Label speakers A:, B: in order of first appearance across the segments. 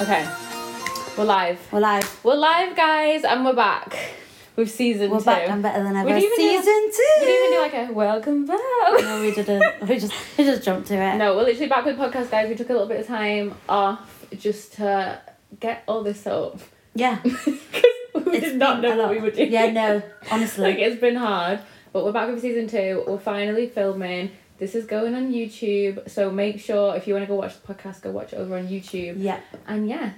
A: Okay. We're live.
B: We're live.
A: We're live, guys, and we're back with season
B: We're
A: two.
B: back and better than ever.
A: We didn't even do-
B: Season two.
A: We didn't even do like a welcome back.
B: no, we didn't. We just we just jumped to it.
A: No, we're literally back with podcast, guys. We took a little bit of time off just to get all this up.
B: Yeah.
A: Because we did not know
B: been a
A: what
B: lot.
A: we were doing.
B: Yeah, no. Honestly.
A: Like, it's been hard. But we're back with season two. We're finally filming. This is going on YouTube. So make sure if you want to go watch the podcast, go watch it over on YouTube.
B: Yep.
A: And yeah.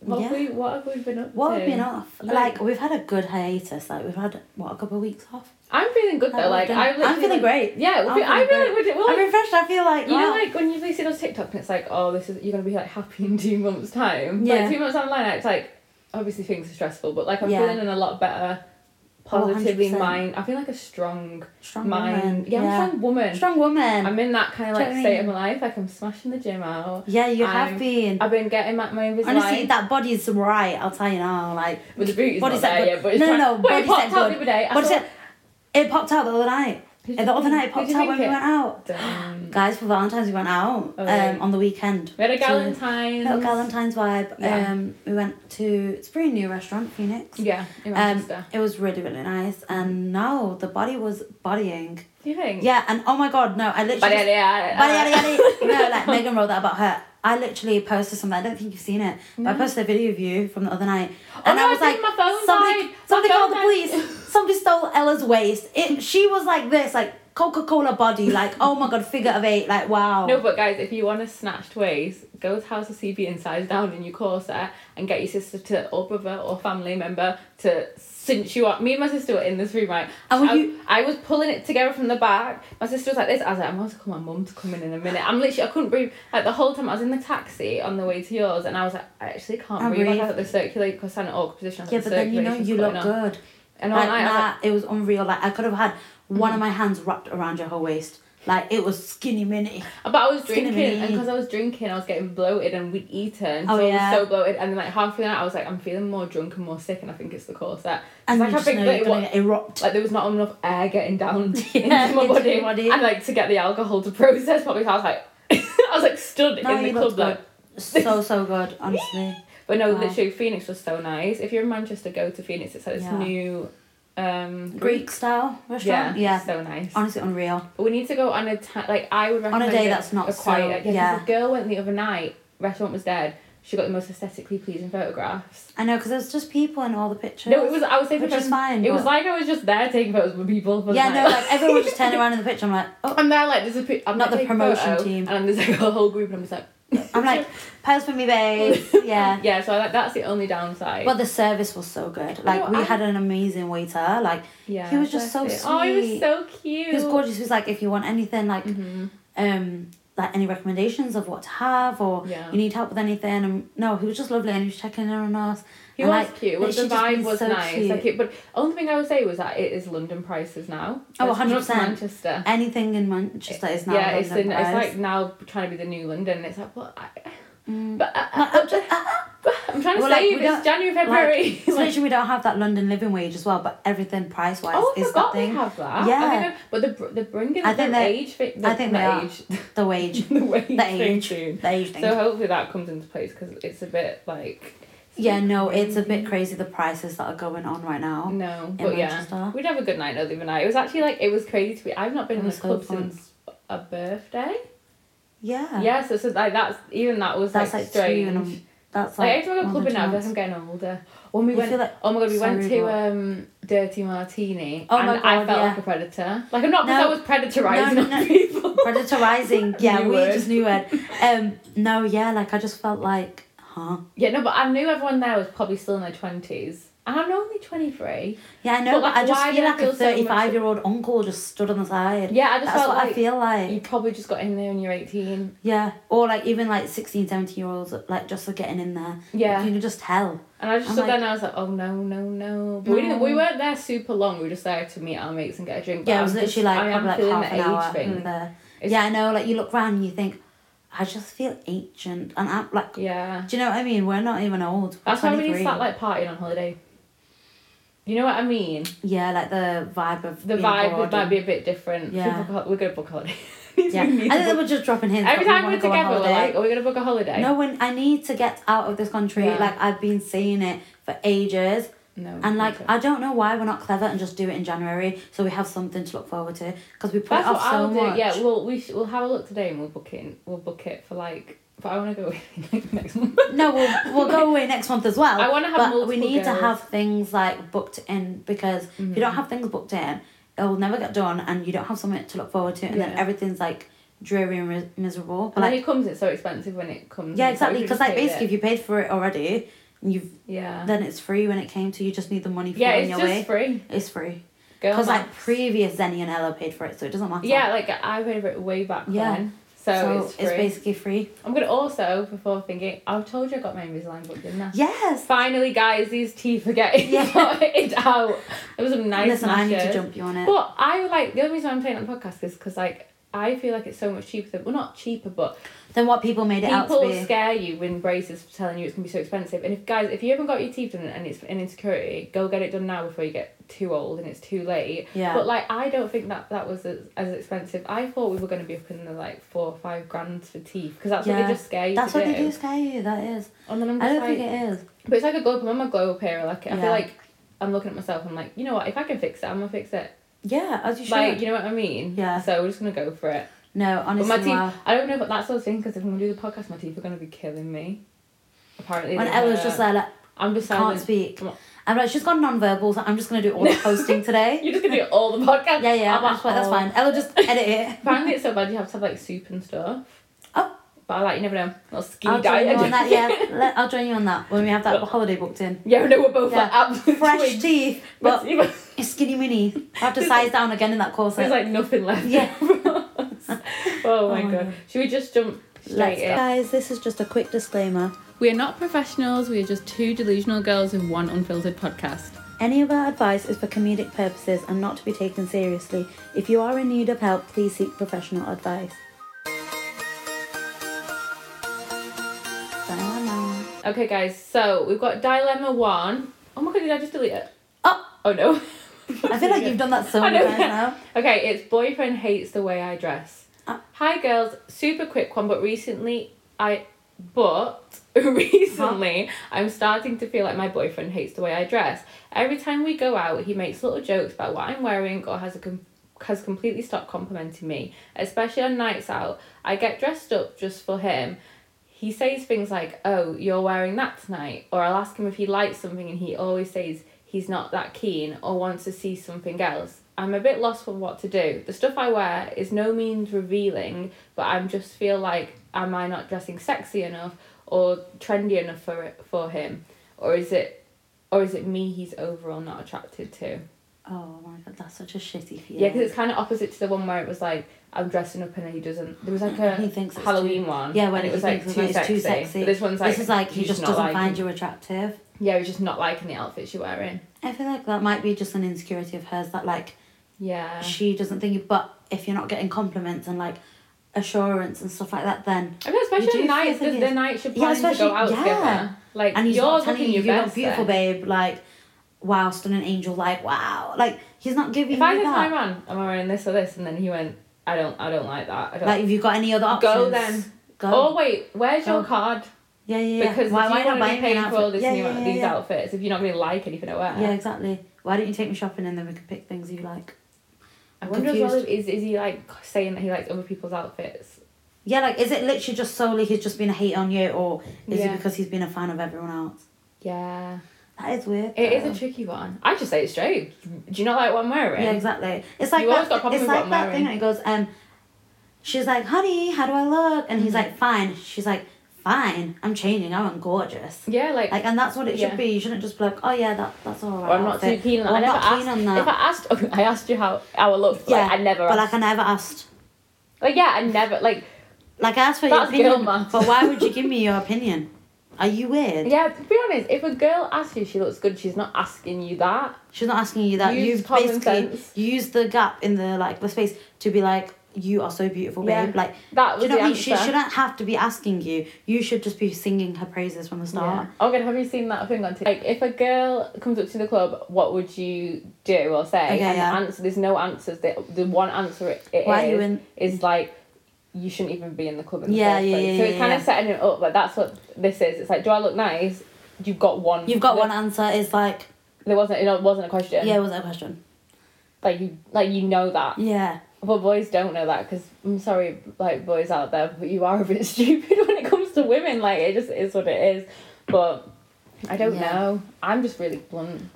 A: What, have,
B: Yeah.
A: we, what have we been up
B: What
A: to?
B: have we been off?
A: Like-
B: Like, we've had a good hiatus. Like we've had what a couple of weeks off.
A: I'm feeling good though. Like
B: Like,
A: I'm,
B: I'm feeling great.
A: Yeah,
B: I'm
A: we- I
B: feeling
A: really would. Well,
B: I'm refreshed. I feel like
A: you know,
B: wow.
A: like when you see those TikToks and it's like, oh, this is you're gonna be like happy in two months' time.
B: Yeah.
A: Like two months down the line, it's like obviously things are stressful, but like I'm
B: Yeah. Oh,
A: feeling in a lot better, positively
B: 100%.
A: mind. I feel like a strong
B: strong
A: mind.
B: woman.
A: Yeah, I'm a strong woman.
B: Strong woman.
A: I'm in that kind of
B: Do you
A: like
B: know what I
A: state of
B: mean?
A: my life. Like I'm smashing the gym out.
B: yeah, you
A: I'm-
B: have been.
A: I've been getting my, my Invisalign.
B: Honestly, that body is right. I'll tell you now. Like
A: with the boots
B: body's
A: not there
B: that
A: yet, but it's
B: good. No,
A: fine.
B: no, no.
A: But it
B: body's that
A: popped out
B: good.
A: the other day. I
B: Body's
A: thought-
B: that- It popped out the other night.
A: Who's
B: The other night
A: Who's
B: it popped
A: you
B: out when we
A: thinking?
B: went out.
A: Damn.
B: Guys, for Valentine's, we went out
A: Oh,
B: um,
A: really?
B: on the weekend.
A: We had a
B: So,
A: Galentine's.
B: little Galentine's vibe.
A: Yeah.
B: Um, we went to it's a pretty new restaurant, Phoenix.
A: Yeah, in
B: Um,
A: Manchester.
B: it was really really nice, and no, the body was bodying.
A: Do you think?
B: Yeah, and oh my god, no, I literally.
A: But
B: just-
A: yeah,
B: Body, yada, yada.
A: Uh,
B: No, like Megan wrote that about her. I literally posted something. I don't think you've seen it, but I posted a video of you from the other night, and
A: Oh, no,
B: I was
A: I
B: like,
A: think my phone
B: somebody,
A: died. My
B: somebody
A: phone
B: called the
A: died.
B: police. somebody stole Ella's waist. It, she was like this, like Coca Cola body, like oh my god, figure of eight, like wow.
A: No, but guys, if you want a snatched waist, go to House of CB and size down in your corset and get your sister to or brother or family member to cinch you up. Me and my sister were in this room, right?
B: And were
A: I,
B: you-
A: I was pulling it together from the back. My sister was like this. I was like, I'm going to call my mum to come in in a minute. I'm literally, I couldn't breathe. Like the whole time I was in the taxi on the way to yours, and I was like, I actually can't
B: I
A: breathe. Like, I
B: breathe.
A: thought the circulate because I'm in an awkward position. I was
B: yeah,
A: like,
B: but then you know
A: circulation's
B: you look
A: going on.
B: good.
A: And all
B: Like
A: night, I Mm. was like,
B: that, it was unreal. Like I could have had one of my hands wrapped around your whole waist. Like it was skinny mini.
A: But I was
B: It's gonna
A: drinking,
B: be-
A: and because I was drinking, I was getting bloated and we'd eaten. So
B: Oh,
A: I was
B: yeah.
A: so bloated. And then, like, halfway the night, I was like, I'm feeling more drunk and more sick, and I think it's the corset.
B: And
A: like,
B: you
A: I
B: just
A: think
B: know
A: that
B: you're
A: it
B: gonna
A: wa-
B: get erupt.
A: Like, there was not enough air getting down
B: Yeah,
A: into my
B: into
A: body.
B: your body.
A: And, like, to get the alcohol to process properly. So I was like, I was like stood
B: No,
A: in the
B: you
A: club,
B: looked
A: like,
B: good. So so good, honestly.
A: but no,
B: Wow.
A: literally, Phoenix was so nice. If you're in Manchester, go to Phoenix. It's like this
B: Yeah.
A: new um,
B: Greek style
A: Yeah,
B: restaurant.
A: yeah,
B: Yeah.
A: so nice.
B: Honestly, unreal.
A: But we need to go on a ti like I would recommend
B: day
A: it
B: that's not
A: a quiet.
B: so-
A: yeah, 'cause
B: yeah.
A: the girl went the other night. Restaurant was dead. She got the most aesthetically pleasing photographs.
B: I know because there's just people in all the pictures.
A: No, it was. I was taking
B: Which
A: photos.
B: is fine.
A: It was
B: but-
A: like I was just there taking photos with people. For
B: yeah,
A: the
B: no,
A: night.
B: like everyone just turned around in the picture. I'm like, oh,
A: I'm there like there's a. pi- I'm like,
B: Not the
A: taking a
B: promotion
A: photo,
B: team.
A: And there's like a whole group, and I'm just like,
B: I'm like, pose for me, babe. Yeah.
A: yeah. So I, like that's the only downside.
B: But the service was so good.
A: No,
B: Like we
A: Oh, I-
B: had an amazing waiter. Like
A: yeah,
B: he was just so
A: that's it. Oh, he was
B: sweet.
A: so cute.
B: he was gorgeous. He was like, if you want anything, like
A: Mhm.
B: um like any recommendations of what to have or
A: Yeah.
B: you need help with anything and no he was just lovely and he was checking in on us
A: He
B: and,
A: was
B: like,
A: cute. Well, the
B: literally just
A: vibe
B: been
A: was
B: so
A: nice.
B: cute.
A: Like it, but only thing I would say was that it is London prices now.
B: Oh,
A: It's not
B: 100%.
A: Manchester.
B: anything in manchester is now
A: yeah,
B: London
A: it's in, it's
B: price.
A: like now trying to be the new London. It's like what? I,
B: Mm.
A: but uh, I,
B: Like, I'm just-
A: am trying to
B: Well, like,
A: save.
B: we
A: it's
B: don't-
A: January, February.
B: it's literally we don't have that london living wage as well but everything price wise
A: oh, I
B: is the
A: forgot they
B: thing
A: have that.
B: Yeah.
A: I think I- but the br- the bringing
B: I
A: the
B: think they-
A: age. thi- The,
B: I think
A: the
B: they are.
A: age.
B: the wage
A: The wage.
B: the
A: thing
B: age
A: soon.
B: the age thing
A: So hopefully that comes into place because it's a bit like.
B: yeah no it's a bit crazy the prices that are going on right now
A: No, but yeah,
B: Oh, Manchester.
A: we'd have a good night though the other night. It was actually like it was crazy to be. I've not been
B: It
A: in a
B: was so
A: club
B: fun.
A: since a birthday.
B: yeah
A: Yeah, so so like that's even that was
B: that's
A: like,
B: like, two
A: strange.
B: and a- that's
A: Like
B: like
A: every time I go
B: one
A: clubbing now, I feel like
B: chance.
A: I'm getting older. When we
B: You
A: went,
B: feel like-
A: oh my god, we went to
B: Sorry, what?
A: um Dirty Martini,
B: Oh
A: and
B: my
A: I
B: God,
A: felt
B: yeah.
A: like a predator. Like I'm not because
B: No.
A: I was predatorizing
B: No,
A: on
B: no, no.
A: people.
B: Predatorizing, yeah,
A: New
B: we
A: word.
B: just knew it. Um, no, yeah, like I just felt like, huh?
A: yeah, no, but I knew everyone there was probably still in their twenties, and I'm only twenty three.
B: Yeah, I know,
A: But,
B: but,
A: like,
B: I just
A: why
B: feel
A: did I
B: like
A: feel
B: a
A: so much-
B: thirty-five-year-old uncle just stood on the side.
A: Yeah, I just
B: That's
A: felt
B: what
A: like
B: I feel like.
A: you probably just got in there when you're eighteen.
B: Yeah, or like even like 16, 17 year olds, like just for getting in there.
A: Yeah.
B: you can just tell.
A: And I just
B: I'm
A: stood there
B: like-
A: and I was like, oh no, no, no. But we didn't.
B: No.
A: We weren't there super long. We were just there to meet our mates and get a drink. But
B: Yeah, it
A: I'm
B: was literally
A: just-
B: like
A: I am
B: probably like
A: feeling
B: half an
A: the
B: hour
A: age
B: we were
A: thing.
B: there.
A: It's-
B: yeah, I know, like you look round and you think, I just feel ancient. And I'm like,
A: Yeah,
B: do you know what I mean? We're not even old. We're
A: that's why we need to
B: 23.
A: start like partying on holiday. You know what I mean?
B: Yeah, like the vibe of
A: The
B: being
A: vibe
B: bored
A: would, might
B: and-
A: be a bit different.
B: Yeah.
A: We'll book a- We're going to book a holiday.
B: Yeah, I think they were just dropping hints.
A: Every
B: but we
A: time
B: wanna
A: we're
B: go on
A: together, we're
B: holiday.
A: like, are we going to book a holiday?
B: no, when I need to get out of this country,
A: Yeah.
B: like I've been saying it for ages,
A: No.
B: and like
A: okay.
B: I don't know why we're not clever and just do it in January, so we have something to look forward to because we put
A: That's
B: it
A: what
B: off so
A: I'll do.
B: much.
A: Yeah, well, we sh- we'll have a look today and we'll book it. in- We'll book it for like. But I want to go like next month.
B: No, we'll, we'll go away next month as well.
A: I wanna have
B: But we
A: multiple
B: need to
A: goes.
B: have things like booked in because if you
A: Mm.
B: don't have things booked in, it'll never get done, and you don't have something to look forward to, and then
A: Yeah.
B: everything's like dreary and ris- miserable. But
A: And
B: like,
A: then it comes, it's so expensive when it comes.
B: yeah,
A: and it's like,
B: exactly.
A: we
B: Because
A: just
B: like
A: paid it.
B: basically, if you paid for it already, and you've
A: yeah,
B: then it's free when it came to you just need the money for
A: yeah,
B: it on
A: it's
B: your
A: just
B: way.
A: free.
B: It's free.
A: Girl
B: Because like
A: maths.
B: previous Zenny and Ella paid for it, so it doesn't matter.
A: yeah, like I paid for it way back
B: Yeah.
A: then, so,
B: So,
A: it's
B: it's,
A: free.
B: basically free.
A: I'm gonna also before thinking, I told you I got my Invisalign booked, didn't I?
B: Yes.
A: Finally, guys, these teeth are getting
B: Yeah.
A: sorted out. It was a nice.
B: Listen, I need to
A: lashes.
B: jump you on it.
A: But I like the only reason I'm playing on the podcast is because like I feel like it's so much cheaper. Than, well, not cheaper, but
B: then what people made it out to
A: people
B: be.
A: scare you when braces for telling you it's gonna be so expensive. And if guys, if you haven't got your teeth done and it's an insecurity, go get it done now before you get too old and it's too late.
B: Yeah.
A: But like, I don't think that that was as, as expensive. I thought we were gonna be up in the like four or five grand for teeth because that's what
B: Yeah.
A: they just scare you.
B: That's
A: to
B: what
A: do.
B: they do scare you, that is.
A: And then I'm
B: I
A: just
B: don't
A: like,
B: think it is.
A: but it's like a glow up. I'm a glow up here. Like I
B: Yeah.
A: feel like I'm looking at myself. I'm like, you know what? If I can fix it, I'm gonna fix it.
B: Yeah, as you should.
A: Like, you know what I mean?
B: Yeah.
A: So we're just gonna go for it.
B: no,
A: But
B: honestly,
A: my teeth,
B: wow.
A: I don't know, but that's what I was thinking because if I'm gonna do the podcast, my teeth are gonna be killing me. Apparently.
B: when
A: they
B: Ella's
A: hurt.
B: just there, like,
A: I'm just
B: can't
A: silent.
B: speak.
A: Come on.
B: I'm like, she's gone non-verbal, so I'm just gonna do all the posting today.
A: You're just gonna do all the podcast.
B: Yeah, yeah,
A: I'm
B: that's,
A: like,
B: fine, that's
A: oh.
B: fine. Ella just edit it.
A: Apparently, it's so bad you have to have like soup and stuff.
B: Oh.
A: But I like you never know. Little skinny
B: I'll join you
A: diet.
B: on that, yeah. Let- I'll join you on that when we have that holiday booked in.
A: yeah, no, we're both
B: Yeah.
A: like absolute
B: Fresh
A: twigs.
B: teeth,
A: But
B: but
A: even-
B: skinny mini. I have to size down again in that corset.
A: there's like nothing left.
B: Yeah.
A: Oh my
B: Oh,
A: god.
B: yeah.
A: Should we just jump straight
B: Let's,
A: in?
B: guys, this is just a quick disclaimer.
A: We are not professionals, we are just two delusional girls in one unfiltered podcast.
B: Any of our advice is for comedic purposes and not to be taken seriously. If you are in need of help, please seek professional advice. Oh,
A: Okay, guys, so we've got dilemma one. Oh my god, did I just delete it? Oh no.
B: I feel like you've done that so
A: I
B: many
A: know.
B: times now.
A: Okay, it's boyfriend hates the way I dress.
B: Ah.
A: Hi girls, super quick one, but recently I but recently I'm starting to feel like my boyfriend hates the way I dress. Every time we go out, he makes little jokes about what I'm wearing or has a com- has completely stopped complimenting me, especially on nights out. I get dressed up just for him. He says things like, "Oh, you're wearing that tonight," or I'll ask him if he likes something and he always says he's not that keen or wants to see something else. I'm a bit lost on what to do. The stuff I wear is no means revealing, but I'm just feel like am I not dressing sexy enough or trendy enough for it, for him, or is it, or is it me he's overall not attracted to?
B: Oh my god, that's such a shitty feeling.
A: Yeah, because it's kind of opposite to the one where it was like I'm dressing up and he doesn't. There was like a
B: He thinks it's
A: Halloween
B: too-
A: one.
B: yeah, when
A: and
B: he
A: it was like
B: thinks
A: too,
B: it's
A: sexy.
B: too sexy.
A: But this one's like
B: this is like he
A: he's
B: just
A: not
B: doesn't
A: liking-
B: find you attractive.
A: Yeah, he's just not liking the outfits you're wearing.
B: I feel like that might be just an insecurity of hers that like
A: Yeah.
B: she doesn't think you. But if you're not getting compliments and like assurance and stuff like that, then
A: I mean,
B: do
A: especially
B: feel
A: nights.
B: like
A: The,
B: it's-
A: the night should
B: Yeah,
A: plan to
B: especially-
A: go out
B: yeah.
A: together. Like
B: and he's
A: you're
B: not telling
A: looking
B: you
A: your
B: you're
A: best.
B: beautiful,
A: then.
B: babe. Like, wow, stunning angel. Like, wow. Like he's not giving
A: If
B: you
A: I said to my
B: that.
A: man, "Am I wearing this or this?" and then he went, "I don't, I don't like that. I don't."
B: Like, if you got any other options?
A: Go then.
B: Go.
A: Oh wait, where's your
B: Go.
A: card?
B: yeah, yeah, yeah.
A: Because
B: why,
A: do
B: why
A: you want
B: not
A: to
B: buy
A: be
B: me an
A: paying for all
B: outfit?
A: this
B: yeah,
A: new,
B: yeah, yeah,
A: these
B: yeah.
A: outfits if you're not going to like anything I wear?
B: Yeah, exactly. Why don't you take me shopping and then we can pick things you like?
A: I
B: I'm
A: wonder as
B: confused.
A: well is is he like saying that he likes other people's outfits?
B: Yeah, like is it literally just solely he's just been a hate on you, or is
A: Yeah.
B: it because he's been a fan of everyone else?
A: Yeah,
B: That is weird.
A: it is
B: though.
A: a tricky one. I just say it straight. Do you not like what I'm wearing?
B: Yeah, exactly. It's like
A: You always
B: that,
A: got a problem
B: it's
A: with
B: like
A: what
B: that
A: I'm
B: thing that he goes, um, she's like, honey, how do I look? And he's
A: Mm-hmm.
B: like, fine. She's like, fine. I'm changing. I'm gorgeous.
A: Yeah, like,
B: Like, and that's what it
A: Yeah.
B: should be. You shouldn't just be like, oh yeah, that that's all right.
A: or I'm not too keen on that. I
B: Or I'm
A: never
B: not
A: asked.
B: keen on that.
A: If I asked, okay, I asked you how how I looked. Yeah,
B: yeah,
A: like, I never.
B: But
A: Asked.
B: like, I never asked.
A: Like, yeah, I never like.
B: Like, I asked for your
A: That's girl
B: opinion.
A: math.
B: But why would you give me your opinion? Are you weird?
A: Yeah, to be honest, if a girl asks you she looks good, she's not asking you that.
B: She's not asking you that.
A: Use
B: You've
A: common
B: basically
A: sense.
B: used the gap in the like the space to be like, you are so beautiful, babe.
A: Yeah.
B: Like,
A: That
B: do
A: was
B: you know
A: the
B: what I mean?
A: answer.
B: She shouldn't have to be asking you. You should just be singing her praises from the start.
A: Yeah. Oh god, have you seen that thing on TikTok? Like, if a girl comes up to the club, what would you do or say?
B: Okay,
A: and
B: yeah.
A: the answer, there's no answers. The, the one answer it, it
B: Why are you
A: is-
B: in-
A: is like, you shouldn't even be in the club in the
B: Yeah,
A: first
B: yeah,
A: place.
B: yeah,
A: so it's
B: yeah,
A: kind
B: yeah.
A: of setting it up. Like that's what this is. It's like, do I look nice? You've got one.
B: You've got
A: there,
B: one answer. It's like,
A: There wasn't. It wasn't a question.
B: yeah, was that a question?
A: Like you, like you know that.
B: Yeah.
A: But boys don't know that because I'm sorry, like boys out there, but you are a bit stupid when it comes to women. Like it just is what it is. But I don't
B: Yeah.
A: know. I'm just really blunt.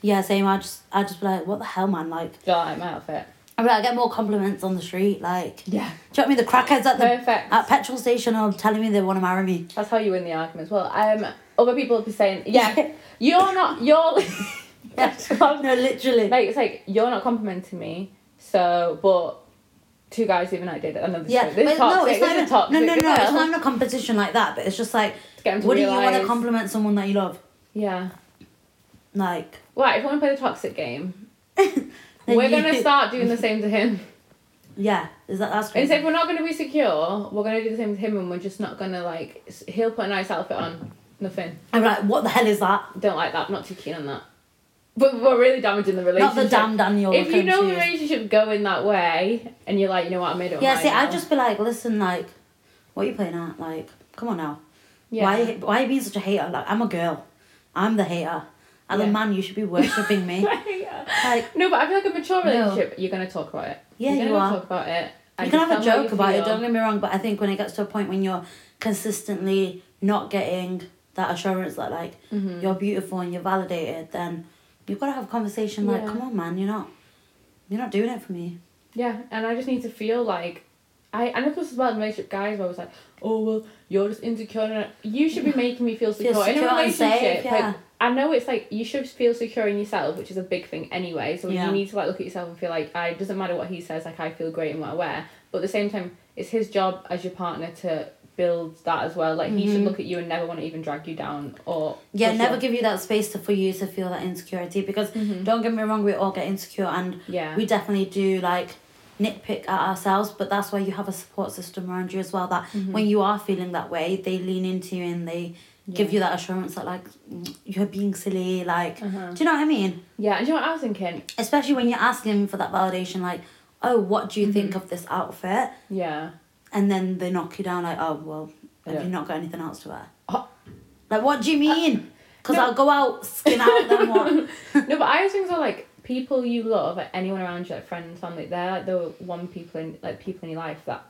B: Yeah, same. I just, I just be like, what the hell, man? Like,
A: Do you like my outfit?
B: I mean, I get more compliments on the street. Like, do you
A: Yeah.
B: know what I mean? The crackheads at the
A: Perfect.
B: at petrol station are telling me they want to marry me.
A: That's how you win the argument as well. Um, other people will be saying, yeah, you're not, you're.
B: no, literally.
A: Like, it's like, you're not complimenting me, so, but two guys even I did it. I know this
B: yeah,
A: is, this
B: but
A: is toxic,
B: no, it's
A: this
B: not
A: is
B: even,
A: toxic.
B: no, no, no,
A: as well.
B: it's not even a competition like that. But it's just like,
A: get 'em to
B: wouldn't you want to
A: realise-
B: compliment someone that you love?
A: Yeah.
B: Like,
A: Right, if I want to play the toxic game,
B: then
A: we're
B: you-
A: going to start doing the same to him.
B: Yeah, is that that's
A: And
B: crazy?
A: so if we're not going to be secure, we're going to do the same to him and we're just not going to, like, s- he'll put a nice outfit on. Nothing.
B: I'm like, what the hell is that?
A: Don't like that. Not too keen on that. But we're really damaging the
B: Not
A: relationship.
B: the damn Daniel.
A: if you
B: looking
A: know
B: she
A: the
B: is.
A: relationship going that way and you're like, you know what, I made it.
B: Yeah,
A: mine
B: see,
A: now.
B: I'd just be like, listen, like, what are you playing at? Like, come on now.
A: yeah.
B: Why, why are you being such a hater? Like, I'm a girl. I'm the hater. As a
A: Yeah.
B: man, you should be worshipping me.
A: Yeah.
B: Like,
A: No, but I feel like a mature
B: No.
A: relationship, you're gonna talk about it.
B: Yeah,
A: you're
B: you
A: gonna
B: are.
A: talk about it.
B: you
A: and
B: can have a
A: tell how
B: joke
A: you
B: about it,
A: feel.
B: don't get me wrong, but I think when it gets to a point when you're consistently not getting that assurance that, like,
A: Mm-hmm.
B: you're beautiful and you're validated, then you've got to have a conversation like,
A: Yeah.
B: come on, man, you're not, you're not doing it for me.
A: Yeah, and I just need to feel like. I, and of course, as well, in relationship guys are always like, oh, well, you're just insecure. And I- you should be making me feel secure. in
B: secure
A: a
B: and safe,
A: relationship,
B: yeah.
A: like, I know it's like you should feel secure in yourself, which is a big thing anyway. So
B: Yeah.
A: you need to like look at yourself and feel like I it doesn't matter what he says, like I feel great in what I wear. But at the same time, it's his job as your partner to build that as well. Like he should look at you and never want to even drag you down or
B: Mm-hmm. Yeah,
A: push you
B: never
A: up.
B: give you that space to, for you to feel that insecurity because Mm-hmm. don't get me wrong, we all get insecure and
A: Yeah.
B: we definitely do like nitpick at ourselves, but that's why you have a support system around you as well. That
A: Mm-hmm.
B: when you are feeling that way, they lean into you and they give
A: Yeah.
B: you that assurance that like mm, you're being silly. Like,
A: Uh-huh.
B: do you know what I mean?
A: Yeah, and do you know what I was thinking?
B: Especially when you're asking for that validation, like, oh, what do you think
A: Mm-hmm.
B: of this outfit?
A: Yeah.
B: And then they knock you down like, oh well, have
A: Yeah.
B: you not got anything else to wear?
A: Oh.
B: Like, what do you mean? Because
A: No.
B: I'll go out, skin out, then what?
A: no, but I always think so. Like people you love, like anyone around you, like friends, family, they're like the one people in like people in your life that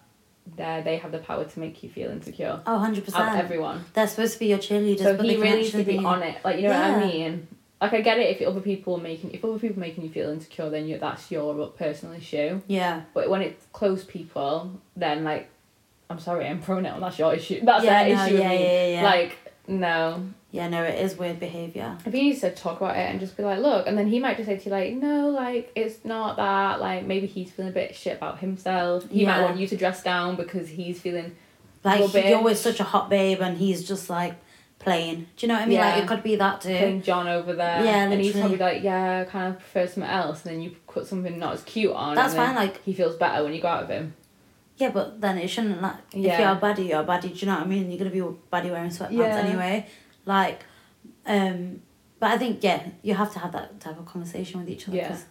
A: they they have the power to make you feel insecure.
B: Oh, 100%.
A: Out of everyone,
B: They're supposed to be your cheerleaders,
A: so
B: but
A: he
B: they
A: really
B: really
A: needs
B: actually
A: to be on it. Like you know what
B: Yeah.
A: I mean. Like I get it if other people are making if other people are making you feel insecure, then you that's your personal issue.
B: Yeah.
A: But when it's close people, then like, I'm sorry, I'm pronoun. That's your issue. That's
B: Yeah,
A: their
B: no,
A: issue
B: yeah,
A: with me.
B: yeah, yeah.
A: Like no,
B: Yeah, no, it is weird behaviour.
A: if you need to talk about it and just be like, look, and then he might just say to you like, no, like it's not that. Like maybe he's feeling a bit shit about himself. He might
B: Yeah.
A: want you to dress down because he's feeling.
B: Like,
A: Little
B: he- you're
A: bitch.
B: always such a hot babe and he's just like playing. Do you know what I mean? Like,
A: Yeah.
B: it could be that too.
A: playing John over there,
B: Yeah,
A: and he's
B: literally.
A: probably like, yeah, I kind of prefer something else. And then you put something not as cute on.
B: That's
A: and then
B: fine, like-
A: he feels better when you go out with him.
B: Yeah, but then it shouldn't, like, if
A: Yeah.
B: you're a baddie, you're a baddie. Do you know what I mean? You're going to be a baddie wearing sweatpants
A: Yeah.
B: anyway. Like, um, but I think, yeah, you have to have that type of conversation with each other.
A: Yeah.
B: 'cause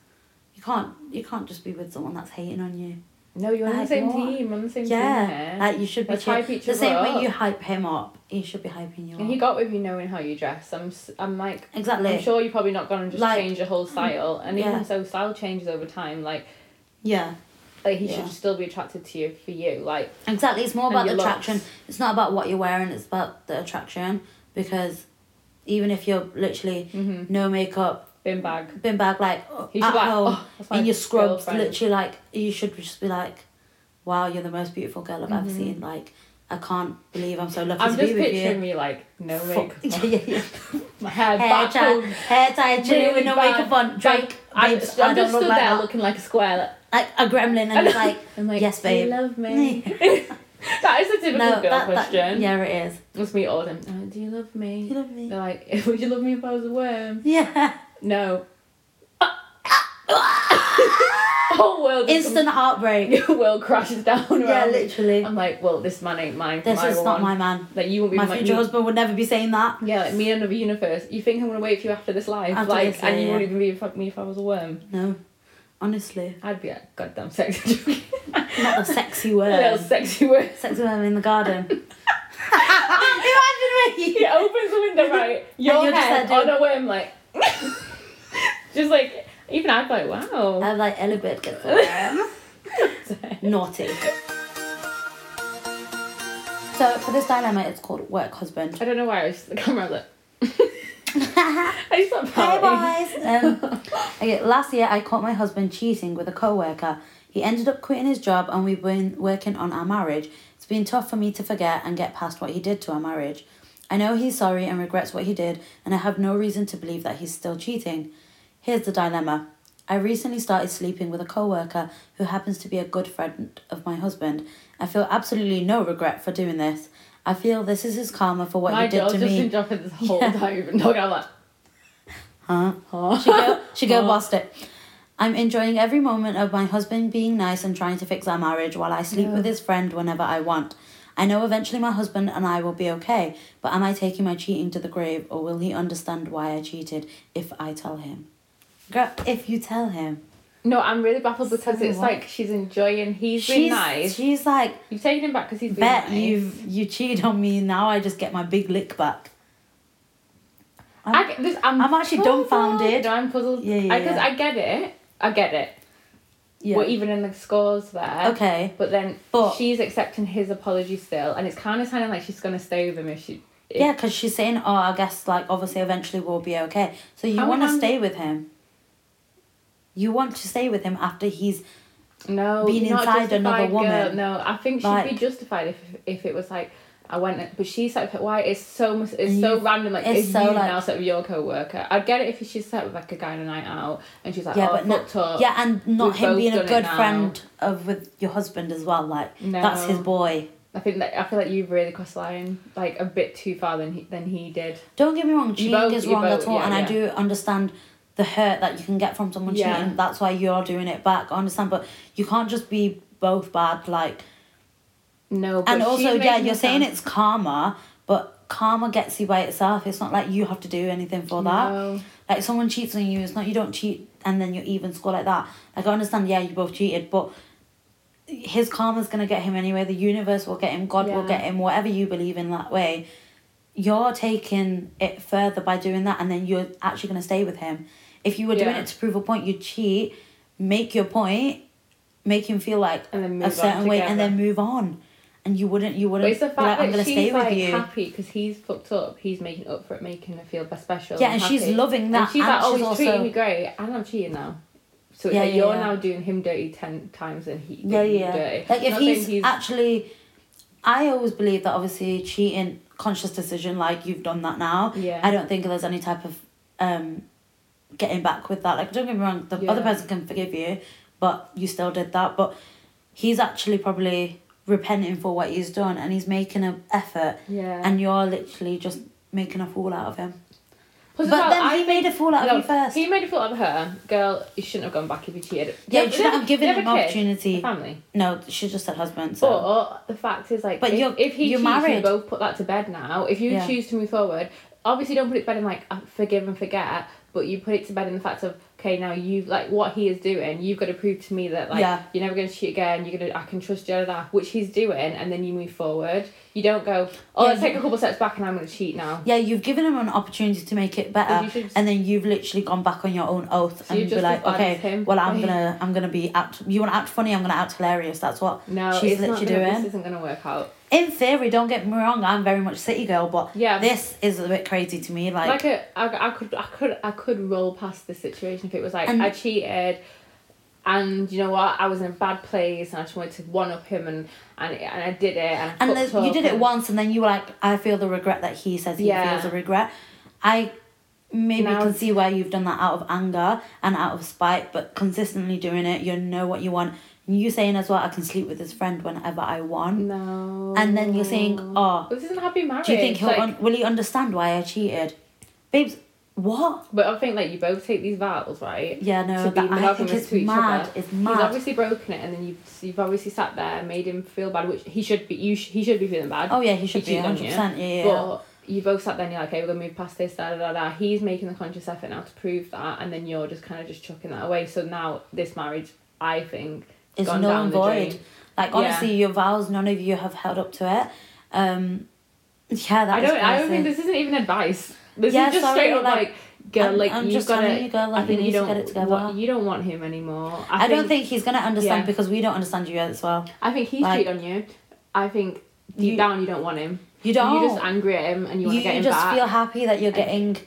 B: You can't, you can't just be with someone that's hating on you.
A: No, you're on the
B: Like
A: same
B: what?
A: team. On the same team.
B: Yeah,
A: here.
B: like you should be
A: Let's hype
B: cheer-
A: each
B: the
A: other
B: same way
A: up.
B: you hype him up. He should be hyping you up.
A: and he got with you knowing how you dress. I'm. s- I'm like.
B: exactly.
A: I'm sure you're probably not gonna just
B: Like-
A: change your whole style, and
B: Yeah.
A: even so, style changes over time. Like
B: Yeah,
A: like he
B: Yeah.
A: should still be attracted to you for you like
B: exactly. It's more
A: And
B: about the
A: your looks.
B: attraction. It's not about what you're wearing. It's about the attraction because even if you're literally
A: Mhm.
B: no makeup,
A: bin bag
B: bin bag like Mm-hmm. at
A: he should be like
B: home
A: oh that's my
B: in your scrubs,
A: girlfriend."
B: literally like you should just be like, "Wow, you're the most beautiful girl I've ever seen." Like I can't believe I'm so lucky
A: Mm-hmm. i'm
B: to
A: just
B: be with
A: picturing
B: you.
A: me like no
B: Fuck.
A: makeup
B: yeah,
A: on.
B: yeah, yeah.
A: my hair
B: Hair,
A: back
B: tie, hair tie, chilling
A: Really
B: with no
A: bad.
B: makeup on. Drake,
A: I,
B: babes,
A: am
B: I don't
A: just
B: look
A: stood
B: like
A: there
B: that.
A: looking like a square
B: like a gremlin and it's like
A: I'm like
B: Yes, babe.
A: "Do you love me that is a typical
B: no
A: girl
B: that, that,
A: question
B: yeah it is
A: it's me all them oh, do you love me
B: love me
A: they're like would you love me if i was a worm
B: yeah
A: no whole world just
B: Instant heartbreak.
A: comes- world crashes down around
B: yeah,
A: me.
B: literally.
A: I'm like, well, this man ain't mine.
B: this
A: my
B: is
A: one.
B: not my man.
A: Like you won't be
B: My
A: my,
B: future husband would never be saying that.
A: Yeah, like me and another universe. You think I'm gonna wait for you after this life?
B: After
A: like,
B: this,
A: and you
B: yeah,
A: wouldn't
B: yeah.
A: even be fuck me if I was a worm.
B: No, honestly,
A: I'd be a goddamn sex joke.
B: not a sexy
A: a little
B: word.
A: sexy worm.
B: sexy worm in the garden. Imagine me.
A: He opens the window right, your
B: you're just
A: head
B: there
A: on
B: doing-
A: a worm, like, just like even I'd be like, wow.
B: I like Elibert gets the worm. Naughty. So for this dilemma, it's called work husband.
A: I don't know why I was the camera look. I just thought
B: Hey
A: about
B: boys. Um, okay, last year I caught my husband cheating with a co-worker. He ended up quitting his job, and we've been working on our marriage. It's been tough for me to forget and get past what he did to our marriage. I know he's sorry and regrets what he did, and I have no reason to believe that he's still cheating. Here's the dilemma. I recently started sleeping with a coworker who happens to be a good friend of my husband. I feel absolutely no regret for doing this. I feel this is his karma for what
A: my
B: he did
A: jaw
B: to
A: just
B: me.
A: been dropping this whole
B: Yeah.
A: time. Even talking, I'm like,
B: Huh? She go, she go bust it. I'm enjoying every moment of my husband being nice and trying to fix our marriage while I sleep
A: Yeah.
B: with his friend whenever I want. I know eventually my husband and I will be okay, but am I taking my cheating to the grave or will he understand why I cheated if I tell him? Girl, if you tell him.
A: no, I'm really baffled because it's
B: Somewhat.
A: like she's enjoying. He's been
B: she's,
A: nice.
B: she's like,
A: You've taken him back because he's been
B: bet
A: nice.
B: you've you cheated on me, now I just get my big lick back. I'm-
A: I get this. I'm,
B: I'm actually
A: puzzled.
B: dumbfounded.
A: No, I'm puzzled.
B: Yeah, yeah,
A: Because
B: yeah.
A: I get it. I get it.
B: yeah.
A: We're even in the scores there.
B: okay.
A: But then
B: But-
A: she's accepting his apology still, and it's kind of sounding like she's gonna stay with him if she. If,
B: Yeah, because she's saying, "Oh, I guess like obviously eventually we'll be okay." So you
A: How
B: want to
A: long-
B: stay with him. You want to stay with him after he's
A: No.
B: Being
A: not
B: inside another
A: justified, girl.
B: woman.
A: No, I think she'd be
B: Like-
A: justified if if it was like. I went, but she's like, why? It's so much. It's
B: And
A: so
B: you-
A: random. Like,
B: it's
A: if
B: so,
A: you
B: like-
A: now set with your coworker, I'd get it if she's set with like a guy on a night out, and she's like,
B: yeah,
A: oh,
B: but
A: fucked
B: not
A: up.
B: yeah, and not
A: We've
B: him
A: both
B: being a
A: done it
B: good
A: now.
B: friend of with your husband as well. Like
A: No.
B: that's his boy.
A: I think that I feel like you've really crossed the line like a bit too far than he than he did.
B: Don't get me wrong, cheating
A: both-
B: is
A: you
B: wrong
A: both-
B: at all,
A: yeah,
B: and I
A: yeah.
B: do understand the hurt that you can get from someone
A: Yeah.
B: cheating. That's why you're doing it back. I understand, but you can't just be both bad. Like
A: No, but
B: and
A: she's
B: also yeah,
A: making
B: you're
A: it
B: saying
A: sound-
B: it's karma, but karma gets you by itself. It's not like you have to do anything for that.
A: No.
B: like someone cheats on you it's not you don't cheat and then you even score like that like i understand yeah you both cheated but his karma's going to get him anyway the universe will get him god will
A: Yeah.
B: get him whatever you believe in that way you're taking it further by doing that and then you're actually going to stay with him if you were doing
A: Yeah.
B: it to prove a point you cheat make your point make him feel like
A: And then move
B: a
A: on
B: certain way and
A: together.
B: then move on and you wouldn't you
A: But
B: wouldn't
A: it's the
B: be
A: fact
B: like,
A: that
B: i'm going to
A: she's
B: stay with
A: like
B: you
A: happy because he's fucked up. He's making up for it, making her feel special.
B: yeah and she's
A: happy.
B: loving
A: And
B: that
A: she's like, oh, he's treating me
B: also
A: great, and I'm cheating now. So it's
B: Yeah,
A: like
B: yeah,
A: you're
B: yeah.
A: now doing him dirty ten times, and he did
B: yeah,
A: you
B: yeah.
A: dirty.
B: Like if
A: Not saying
B: he's, actually, I always believe that obviously cheating, conscious decision, like you've done that now.
A: Yeah.
B: I don't think there's any type of um, getting back with that. Like don't get me wrong, the other
A: Yeah.
B: person can forgive you, but you still did that. But he's actually probably repenting for what he's done, and he's making an effort,
A: yeah.
B: and you're literally just making a fool out of him.
A: Plus as
B: but
A: well,
B: then
A: I
B: he made a fool out of
A: No,
B: you first.
A: He made a fool out of her. Girl, you shouldn't have gone back if you cheated.
B: yeah,
A: They-
B: you
A: they
B: shouldn't
A: have-
B: have given
A: they
B: him an
A: have a kid, a
B: opportunity.
A: Family.
B: No, she just said husband. So.
A: But the fact is, like,
B: But
A: if,
B: you're-
A: if he
B: you're
A: cheats,
B: married.
A: you both put that to bed now. If you
B: Yeah.
A: choose to move forward, obviously don't put it to bed in like uh, forgive and forget, but you put it to bed in the fact of okay, now you've like what he is doing. You've got to prove to me that like
B: Yeah.
A: you're never going to cheat again. You're gonna I can trust you out of that, which he's doing, and then you move forward. You don't go oh
B: Yeah,
A: let's
B: you-
A: take a couple steps back and I'm going to cheat now.
B: Yeah, you've given him an opportunity to make it
A: Because
B: better,
A: you should-
B: and then you've literally gone back on your own
A: So
B: oath and
A: you're
B: be
A: just
B: like,
A: as bad
B: okay,
A: as him.
B: well, I'm gonna, I'm gonna be act. You want to act funny? I'm gonna act hilarious. That's what
A: No,
B: she's
A: it's not
B: literally
A: gonna,
B: doing.
A: This isn't going to work out.
B: In theory, don't get me wrong, I'm very much city girl, but
A: Yeah.
B: this is a bit crazy to me. Like,
A: like a, I, I could I could I could roll past this situation if it was like
B: And-
A: I cheated and you know what I was in a bad place and I just wanted to one up him and and, and I did it and, I
B: and
A: fucked
B: the, you
A: up
B: did it
A: and-
B: once, and then you were like, I feel the regret that he says he
A: Yeah.
B: feels a regret. I maybe
A: Now-
B: can see where you've done that out of anger and out of spite, but consistently doing it, you know what you want. You saying as well, I can sleep with his friend whenever I want.
A: no
B: and then you're saying, "Oh,
A: this isn't a happy marriage
B: do you think he'll
A: Mm. like,
B: un- will he understand why I cheated?" Babes, What?
A: But I think like you both take these vows, right?
B: Yeah, no,
A: to be
B: that, I think
A: monogamous
B: it's
A: to each
B: mad.
A: other.
B: It's
A: He's
B: mad.
A: obviously broken it, and then you've you've obviously sat there, and made him feel bad, which he should be. You sh- he should be feeling bad.
B: Oh yeah, he should
A: He
B: be
A: cheated on
B: hundred
A: you.
B: percent. Yeah, yeah. yeah.
A: But you both sat there and you're like, okay, we're gonna move past this, da da da da. He's making the conscious effort now to prove that, and then you're just kind of just chucking that away. So now this marriage, I think, has
B: It's
A: gone
B: null
A: down
B: and
A: the
B: void.
A: drain.
B: Like
A: Yeah.
B: honestly, your vows, none of you have held up to it. Um, yeah, that
A: I
B: is
A: don't. I don't
B: crazy.
A: think this isn't even advice. This
B: Yeah,
A: is just
B: sorry,
A: straight up
B: like,
A: like, girl,
B: I'm-
A: like
B: I'm
A: you've
B: just
A: got
B: telling you, girl, like,
A: I think
B: you
A: you,
B: need to
A: don't.
B: get it together.
A: want- you don't want him anymore.
B: I, don't think he's gonna understand
A: yeah.
B: because we don't understand you as well.
A: I think he's
B: like-
A: cheated on you. I think deep
B: You-
A: down you don't want him.
B: You don't.
A: You're just angry at him and you
B: you,
A: want to
B: you
A: get him
B: just
A: back.
B: feel happy that you're getting a
A: It's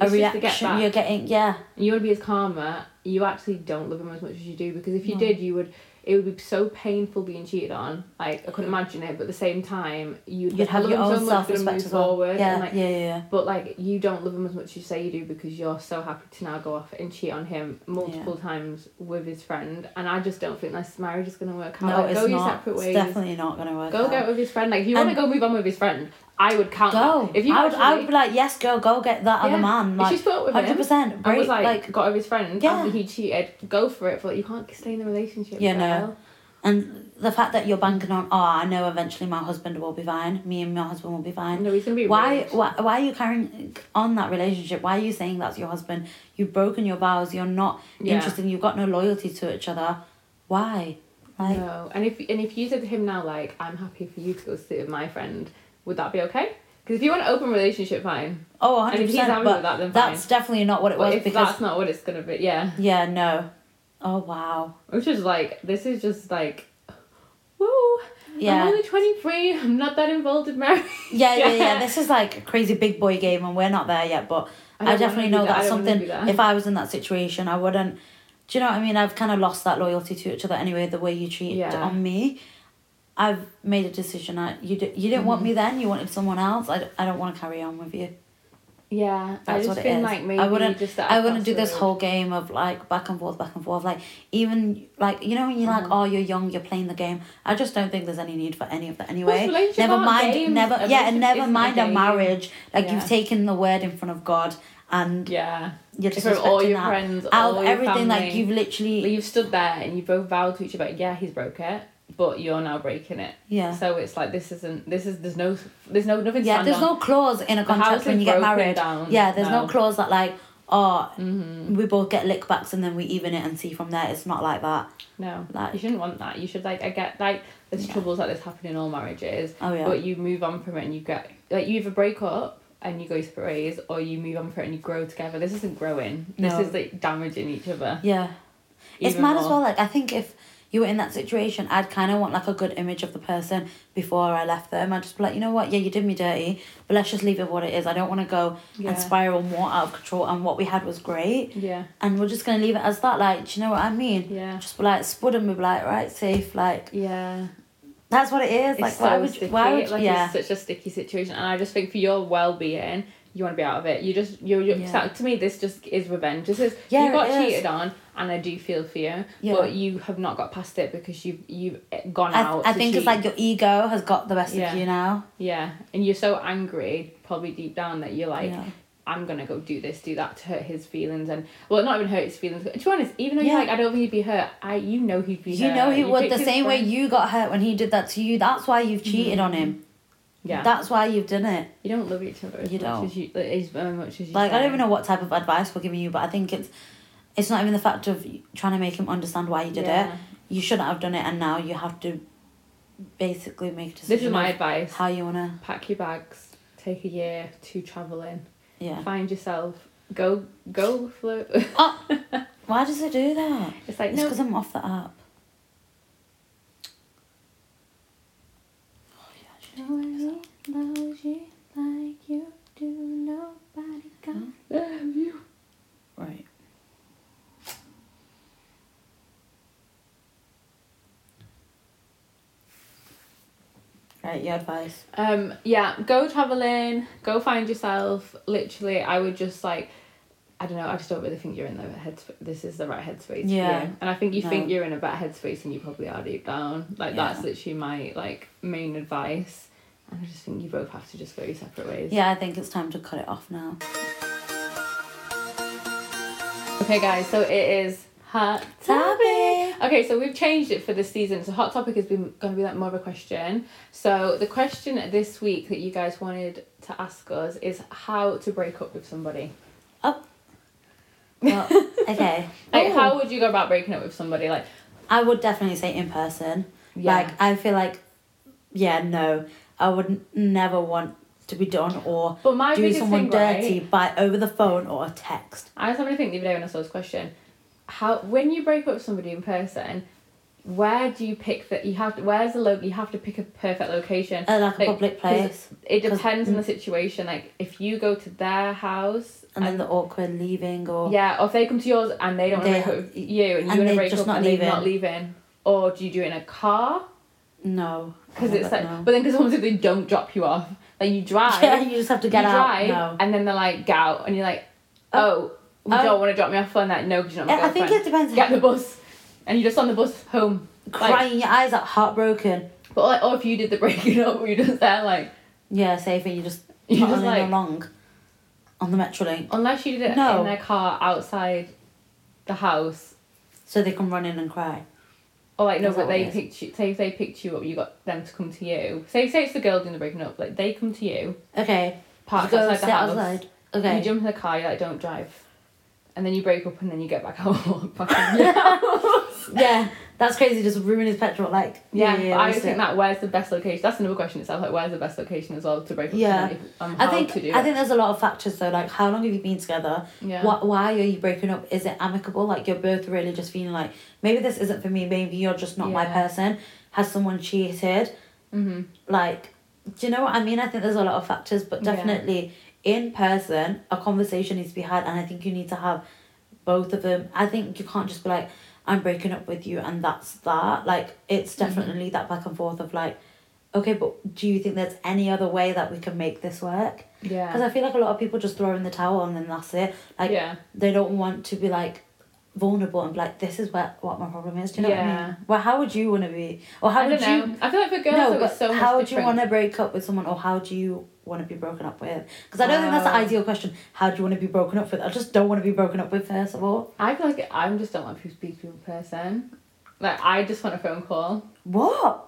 A: just to
B: reaction.
A: get back.
B: you're getting yeah.
A: you want to be his karma. You actually don't love him as much as you do because if you
B: No.
A: did, you would. It would be so painful being cheated on. Like I couldn't imagine it, but at the same time, you'd,
B: You'd have
A: love
B: your
A: him
B: own
A: so much
B: self
A: for to
B: respect
A: move
B: as well.
A: forward.
B: yeah,
A: and like,
B: yeah, yeah, yeah.
A: But like you don't love him as much as you say you do because you're so happy to now go off and cheat on him multiple times with his friend, and I just don't think this marriage is gonna work out.
B: No,
A: Like,
B: it's
A: go your
B: not.
A: separate
B: It's
A: ways.
B: definitely not gonna work.
A: Go
B: out.
A: get with his friend. Like if you
B: And-
A: want to go move on with his friend, I would count.
B: Go.
A: That. If you
B: I would, I
A: actually-
B: would be like, yes, girl, go get that other
A: Yeah.
B: man.
A: if
B: Like,
A: she's put up with
B: hundred
A: him,
B: percent.
A: I
B: Right?
A: was like,
B: like,
A: got with his friend
B: Yeah.
A: after he cheated. Go for it, but you can't stay in the relationship.
B: Yeah,
A: Yeah,
B: no. and the fact that you're banking on, oh, I know eventually my husband will be fine. Me and my husband will be fine.
A: No, he's gonna be.
B: Why,
A: rude.
B: why, why are you carrying on that relationship? Why are you saying that's your husband? You've broken your vows. You're not
A: Yeah.
B: interested. You've got no loyalty to each other. Why? Like,
A: No, and if and if you said to him now, like, I'm happy for you to go sit with my friend, would that be okay? Because if you want an open relationship, fine.
B: oh,
A: And
B: 100
A: if he's happy
B: percent.
A: with
B: But
A: that, then fine.
B: that's definitely not what it
A: But
B: was
A: if
B: because
A: that's not what it's gonna be, yeah.
B: yeah, no. Oh wow.
A: Which is like, this is just like, whoa.
B: Yeah.
A: I'm only twenty three. I'm not that involved in marriage.
B: yeah, yeah, yeah. This is like a crazy big boy game, and we're not there yet. But
A: I
B: I,
A: don't
B: definitely know
A: wanna do that.
B: that's
A: I don't wanna
B: something.
A: do that.
B: If I was in that situation, I wouldn't. Do you know what I mean? I've kind of lost that loyalty to each other anyway. The way you treat
A: Yeah.
B: on me, I've made a decision. I you d- you didn't
A: Mm-hmm.
B: want me then. You wanted someone else. I, d- I don't want to carry on with you.
A: Yeah, I
B: That's
A: just
B: what it
A: think
B: is.
A: like maybe
B: I wouldn't.
A: just that
B: I wouldn't do this
A: crossroad.
B: whole game of like back and forth, back and forth. Like even like you know when you're
A: Mm-hmm.
B: like oh you're young, you're playing the game. I just don't think there's any need for any of that anyway.
A: relationships
B: Never
A: aren't
B: mind.
A: games.
B: Never
A: A
B: yeah,
A: relationship
B: and never
A: isn't a
B: mind a,
A: game.
B: marriage. Like
A: Yeah.
B: you've taken the word in front of God, and
A: Yeah.
B: you're
A: In
B: just
A: front of all your
B: that.
A: friends,
B: out
A: all
B: of
A: Oh, your
B: everything. Like
A: family.
B: you've
A: But
B: literally
A: you've stood there and you both vowed to each other, yeah, he's broke it, but you're now breaking it.
B: yeah
A: So it's like this isn't this is there's no there's no nothing. to
B: yeah.
A: stand
B: There's
A: on.
B: no clause in a contract
A: house
B: when
A: is
B: you get
A: broken
B: married.
A: down. Mm.
B: Yeah, there's no.
A: No. Mm-hmm.
B: clause that like oh we both get lickbacks and then we even it and see from there. It's not like that.
A: No,
B: Like-
A: you shouldn't want that. You should like I get like there's
B: Yeah.
A: troubles like this happen in all marriages.
B: Oh, yeah.
A: But you move on from it and you get like you either break up and you go separate ways, or you move on from it and you grow together. This isn't growing.
B: No.
A: This is like damaging each other.
B: Yeah. It's
A: even
B: mad as
A: more.
B: well. Like I think if you were in that situation, I'd kind of want like a good image of the person before I left them. I'd just be like, you know what? Yeah, you did me dirty, but let's just leave it what it is. I don't want to go
A: Yeah.
B: and spiral more out of control. And what we had was great,
A: Yeah.
B: and we're just gonna leave it as that. Like, do you know what I mean?
A: Yeah.
B: Just be like spud and be like, right, safe. Like
A: Yeah.
B: that's what it is.
A: It's
B: like
A: so
B: why would
A: sticky.
B: why would
A: like
B: yeah
A: it's such a sticky situation, and I just think for your well being, you want to be out of it. You just you you
B: Yeah.
A: to me this just is revenge. This is
B: Yeah,
A: you got
B: it is.
A: cheated on, and I do feel for you,
B: Yeah.
A: but you have not got past it because you you've gone
B: I,
A: out.
B: I
A: to
B: think
A: cheat.
B: it's like your ego has got the best
A: Yeah.
B: of you now.
A: yeah, and you're so angry, probably deep down, that you're like.
B: Yeah.
A: I'm gonna go do this, do that to hurt his feelings, and well, not even hurt his feelings. To be honest, even though
B: Yeah.
A: you're like, I don't think he'd be hurt. I, you know, he'd be.
B: You
A: hurt.
B: know he would
A: picked
B: the
A: his
B: same way
A: friend. Mm-hmm.
B: you got hurt when he did that to you. That's why you've cheated on him.
A: Yeah,
B: That's why you've done it.
A: you don't love each other as
B: You
A: much
B: don't.
A: as you as uh, much as you.
B: Like I
A: say.
B: don't even know what type of advice we're giving you, but I think it's it's not even the fact of trying to make him understand why you did
A: Yeah.
B: it. You shouldn't have done it, and now you have to basically make a decision.
A: This is my
B: of
A: advice.
B: how you wanna.
A: Pack your bags. Take a year to travel in.
B: Yeah.
A: Find yourself. Go go float.
B: Why does it do that?
A: it's like
B: It's
A: no.
B: because I'm off the app. Oh,
A: No one loves you like you do. Nobody can love you.
B: Oh, Right. Right, your advice.
A: Um. Yeah. Go traveling. Go find yourself. Literally, I would just like. I don't know. I just don't really think you're in the head. This is the right headspace. for
B: Yeah.
A: you. And I think you think
B: No.
A: you're in a better headspace than you probably are deep down. Like
B: Yeah.
A: that's literally my like main advice. And I just think you both have to just go your separate ways.
B: Yeah, I think it's time to cut it off now.
A: Okay, guys, so it is hot
B: Topic.
A: Okay, so we've changed it for this season. So hot topic is been going to be like more of a question. So the question this week that you guys wanted to ask us is how to break up with somebody.
B: Oh. Well, okay.
A: Like,
B: Oh.
A: how would you go about breaking up with somebody? Like,
B: I would definitely say in person.
A: yeah,
B: Like I feel like, yeah, no, I would n- never want to be done or
A: but my
B: do
A: biggest
B: someone
A: thing, right,
B: dirty by over the phone or a text.
A: I was having a think the other day when I saw this question. How when you break up with somebody in person, where do you pick that you have to? Where's the lo- You have to pick a perfect location.
B: Uh, like a
A: Like,
B: public place,
A: It
B: 'Cause- mm.
A: depends on the situation. Like if you go to their house,
B: and then the awkward leaving or
A: yeah, or if they come to yours and they don't want
B: They-
A: to break up with you, and you
B: and
A: want to
B: they're
A: break
B: just
A: up
B: not
A: and
B: leaving.
A: they're not leaving, or do you do it in a car?
B: Oh no,
A: Because
B: I
A: it's like,
B: don't know.
A: but then because sometimes if they don't drop you off, like you drive,
B: yeah, you just have to get
A: you
B: out.
A: drive,
B: no,
A: and then they're like, "Get out," and you're like, "Oh, you
B: Oh.
A: don't want to drop me off on that? No, because you're not my
B: I I think it
A: girlfriend."
B: depends.
A: Get
B: how
A: on the bus, and you're just on the bus home. Like,
B: crying your eyes out, heartbroken.
A: but like, or if you did the breaking up, where you're just there, like,
B: Yeah, safe and you just
A: You
B: you
A: just,
B: just
A: like-
B: along on the Metrolink
A: unless you did it
B: No.
A: in their car outside the house,
B: so they can run in and cry.
A: or like no,
B: Is that
A: but
B: what it
A: they
B: is?
A: picked you. Say if they picked you up, you got them to come to you. Say say it's the girl doing the breaking up, like they come to you,
B: Okay,
A: parked
B: you go
A: outside
B: sit
A: the house.
B: outside. Okay,
A: You jump in the car, you're like, don't drive. And then you break up and then you get back out. back in your house.
B: yeah, that's crazy. Just ruin his petrol, like
A: yeah, but I
B: that's
A: just think
B: it.
A: that where's the best location? That's another question itself. Like, where's the best location as well to break up?
B: Yeah.
A: somebody, um,
B: I
A: how
B: think
A: to do
B: I
A: it.
B: think there's a lot of factors though. Like, how long have you been together?
A: Yeah.
B: What? Why are you breaking up? Is it amicable? Like, you're both really just feeling like maybe this isn't for me. Maybe you're just not my
A: Yeah.
B: person. Has someone cheated?
A: Mhm.
B: Like, do you know what I mean? I think there's a lot of factors, but
A: Yeah.
B: definitely in person, a conversation needs to be had, and I think you need to have both of them. I think you can't just be like, I'm breaking up with you, and that's that. Like, it's
A: Mm-hmm.
B: definitely that back and forth of like, okay, but do you think there's any other way that we can make this work?
A: Yeah.
B: Because I feel like a lot of people just throw in the towel and then that's it. Like,
A: yeah.
B: they don't want to be like vulnerable and be like, this is where, what my problem is. Do you know what I
A: Yeah.
B: mean? Well, how would you want to be? Or how
A: I
B: would
A: don't
B: you
A: know. I feel like for girls,
B: no,
A: it
B: but
A: was so much
B: how do you
A: different.
B: want to break up with someone, or how do you want to be broken up with? Because I don't think that's the
A: Oh.
B: How do you want to be broken up with? I just don't want to be broken up with first of all.
A: I feel like I am just don't want people to speak to me in person. Like, I just want a phone call.
B: What?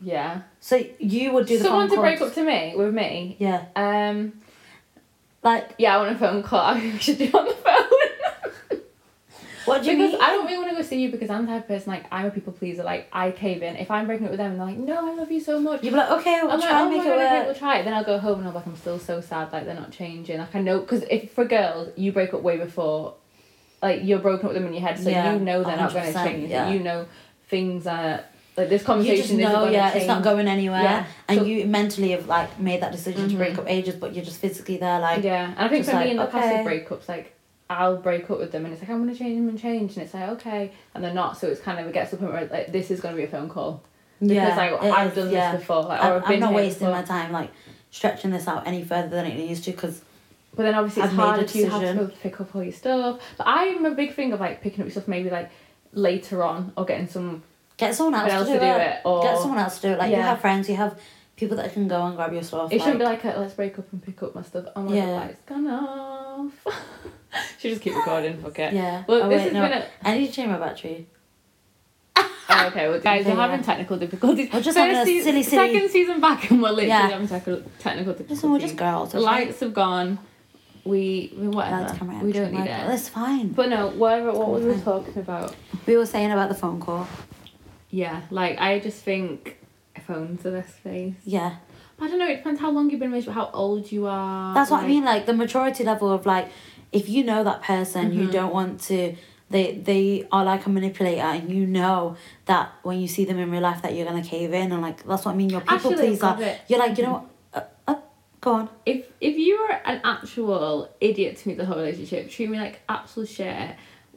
A: Yeah.
B: So you would do the
A: Someone
B: phone
A: to break
B: calls?
A: up to me, with me.
B: Yeah,
A: Um,
B: like
A: yeah, I want a phone call. I think we should do it on the phone.
B: what do you
A: because
B: mean?
A: I don't really want to go see you because I'm the type of person like I'm a people pleaser. Like I cave in. If I'm breaking up with them and they're like, "No, I love you so much,"
B: You'd be like, okay, we'll
A: I'm like,
B: try
A: "Oh
B: and
A: my
B: make
A: god,
B: it
A: okay,
B: work.
A: we'll try it." Then I'll go home and I'm like, "I'm still so sad. Like they're not changing." Like I know because if for girls you break up way before, like you're broken up with them in your head, so
B: Yeah,
A: you know they're not going to
B: 100%,
A: change.
B: yeah.
A: You know things are like this
B: You
A: conversation
B: just
A: isn't
B: know,
A: gonna
B: yeah,
A: change.
B: it's not going anywhere,
A: Yeah,
B: and
A: so-
B: you mentally have like made that decision to
A: Mhm.
B: break up ages, but you're just physically there, like
A: yeah, and I think
B: Just
A: for
B: like,
A: me in the past
B: okay.
A: breakups, like I'll break up with them, and it's like I want to change them and change, and it's like okay, and they're not, so it's kind of it gets to the point where like this is gonna be a phone call
B: yeah,
A: because like
B: it
A: I've
B: is,
A: done
B: yeah.
A: this before, like or
B: I'm,
A: I've
B: I'm
A: been
B: not
A: here
B: wasting
A: before.
B: my time like stretching this out any further than it needs to because
A: But then obviously it's
B: I've made a
A: hard if you have to
B: decision.
A: go pick up all your stuff. But I'm a big thing of like picking up your stuff maybe like later on or getting some
B: Get someone else,
A: Someone
B: to, do, it.
A: or-
B: Get someone else to do it. Like you
A: Yeah.
B: have friends, you have people that can go and grab your stuff.
A: it shouldn't be
B: like-
A: like a, let's break up and pick up my stuff. Oh my
B: Yeah.
A: god, lights gone off. Should just keep recording, fuck it.
B: yeah.
A: Well,
B: oh,
A: this has
B: wait, no.
A: been a.
B: I need to change my battery.
A: Oh, okay, well, guys, we're
B: Yeah.
A: having technical difficulties.
B: We're
A: First
B: just having a
A: season-
B: silly, silly-
A: Second season back, and we're literally
B: Yeah.
A: having technical technical difficulties.
B: Listen, we're just girls.
A: the
B: okay?
A: lights have gone. We, we
B: Lights,
A: whatever.
B: camera,
A: we don't
B: action,
A: need
B: like,
A: it.
B: That's fine.
A: But no, whatever. What were we talking about?
B: we were saying about the phone call.
A: Yeah, like I just think phones are best face.
B: Yeah,
A: I don't know. It depends how long you've been married, how old you are.
B: that's what I
A: Oh, like-
B: mean. Like the maturity level of like, if you know that person,
A: Mm-hmm.
B: you don't want to. They they are like a manipulator, and you know that when you see them in real life, that you're gonna cave in, and like that's what I mean. You're people
A: Actually,
B: pleaser.
A: love it.
B: You're like you know what? Uh, uh, go on.
A: If if you were an actual idiot to me the whole relationship, treat me like absolute shit,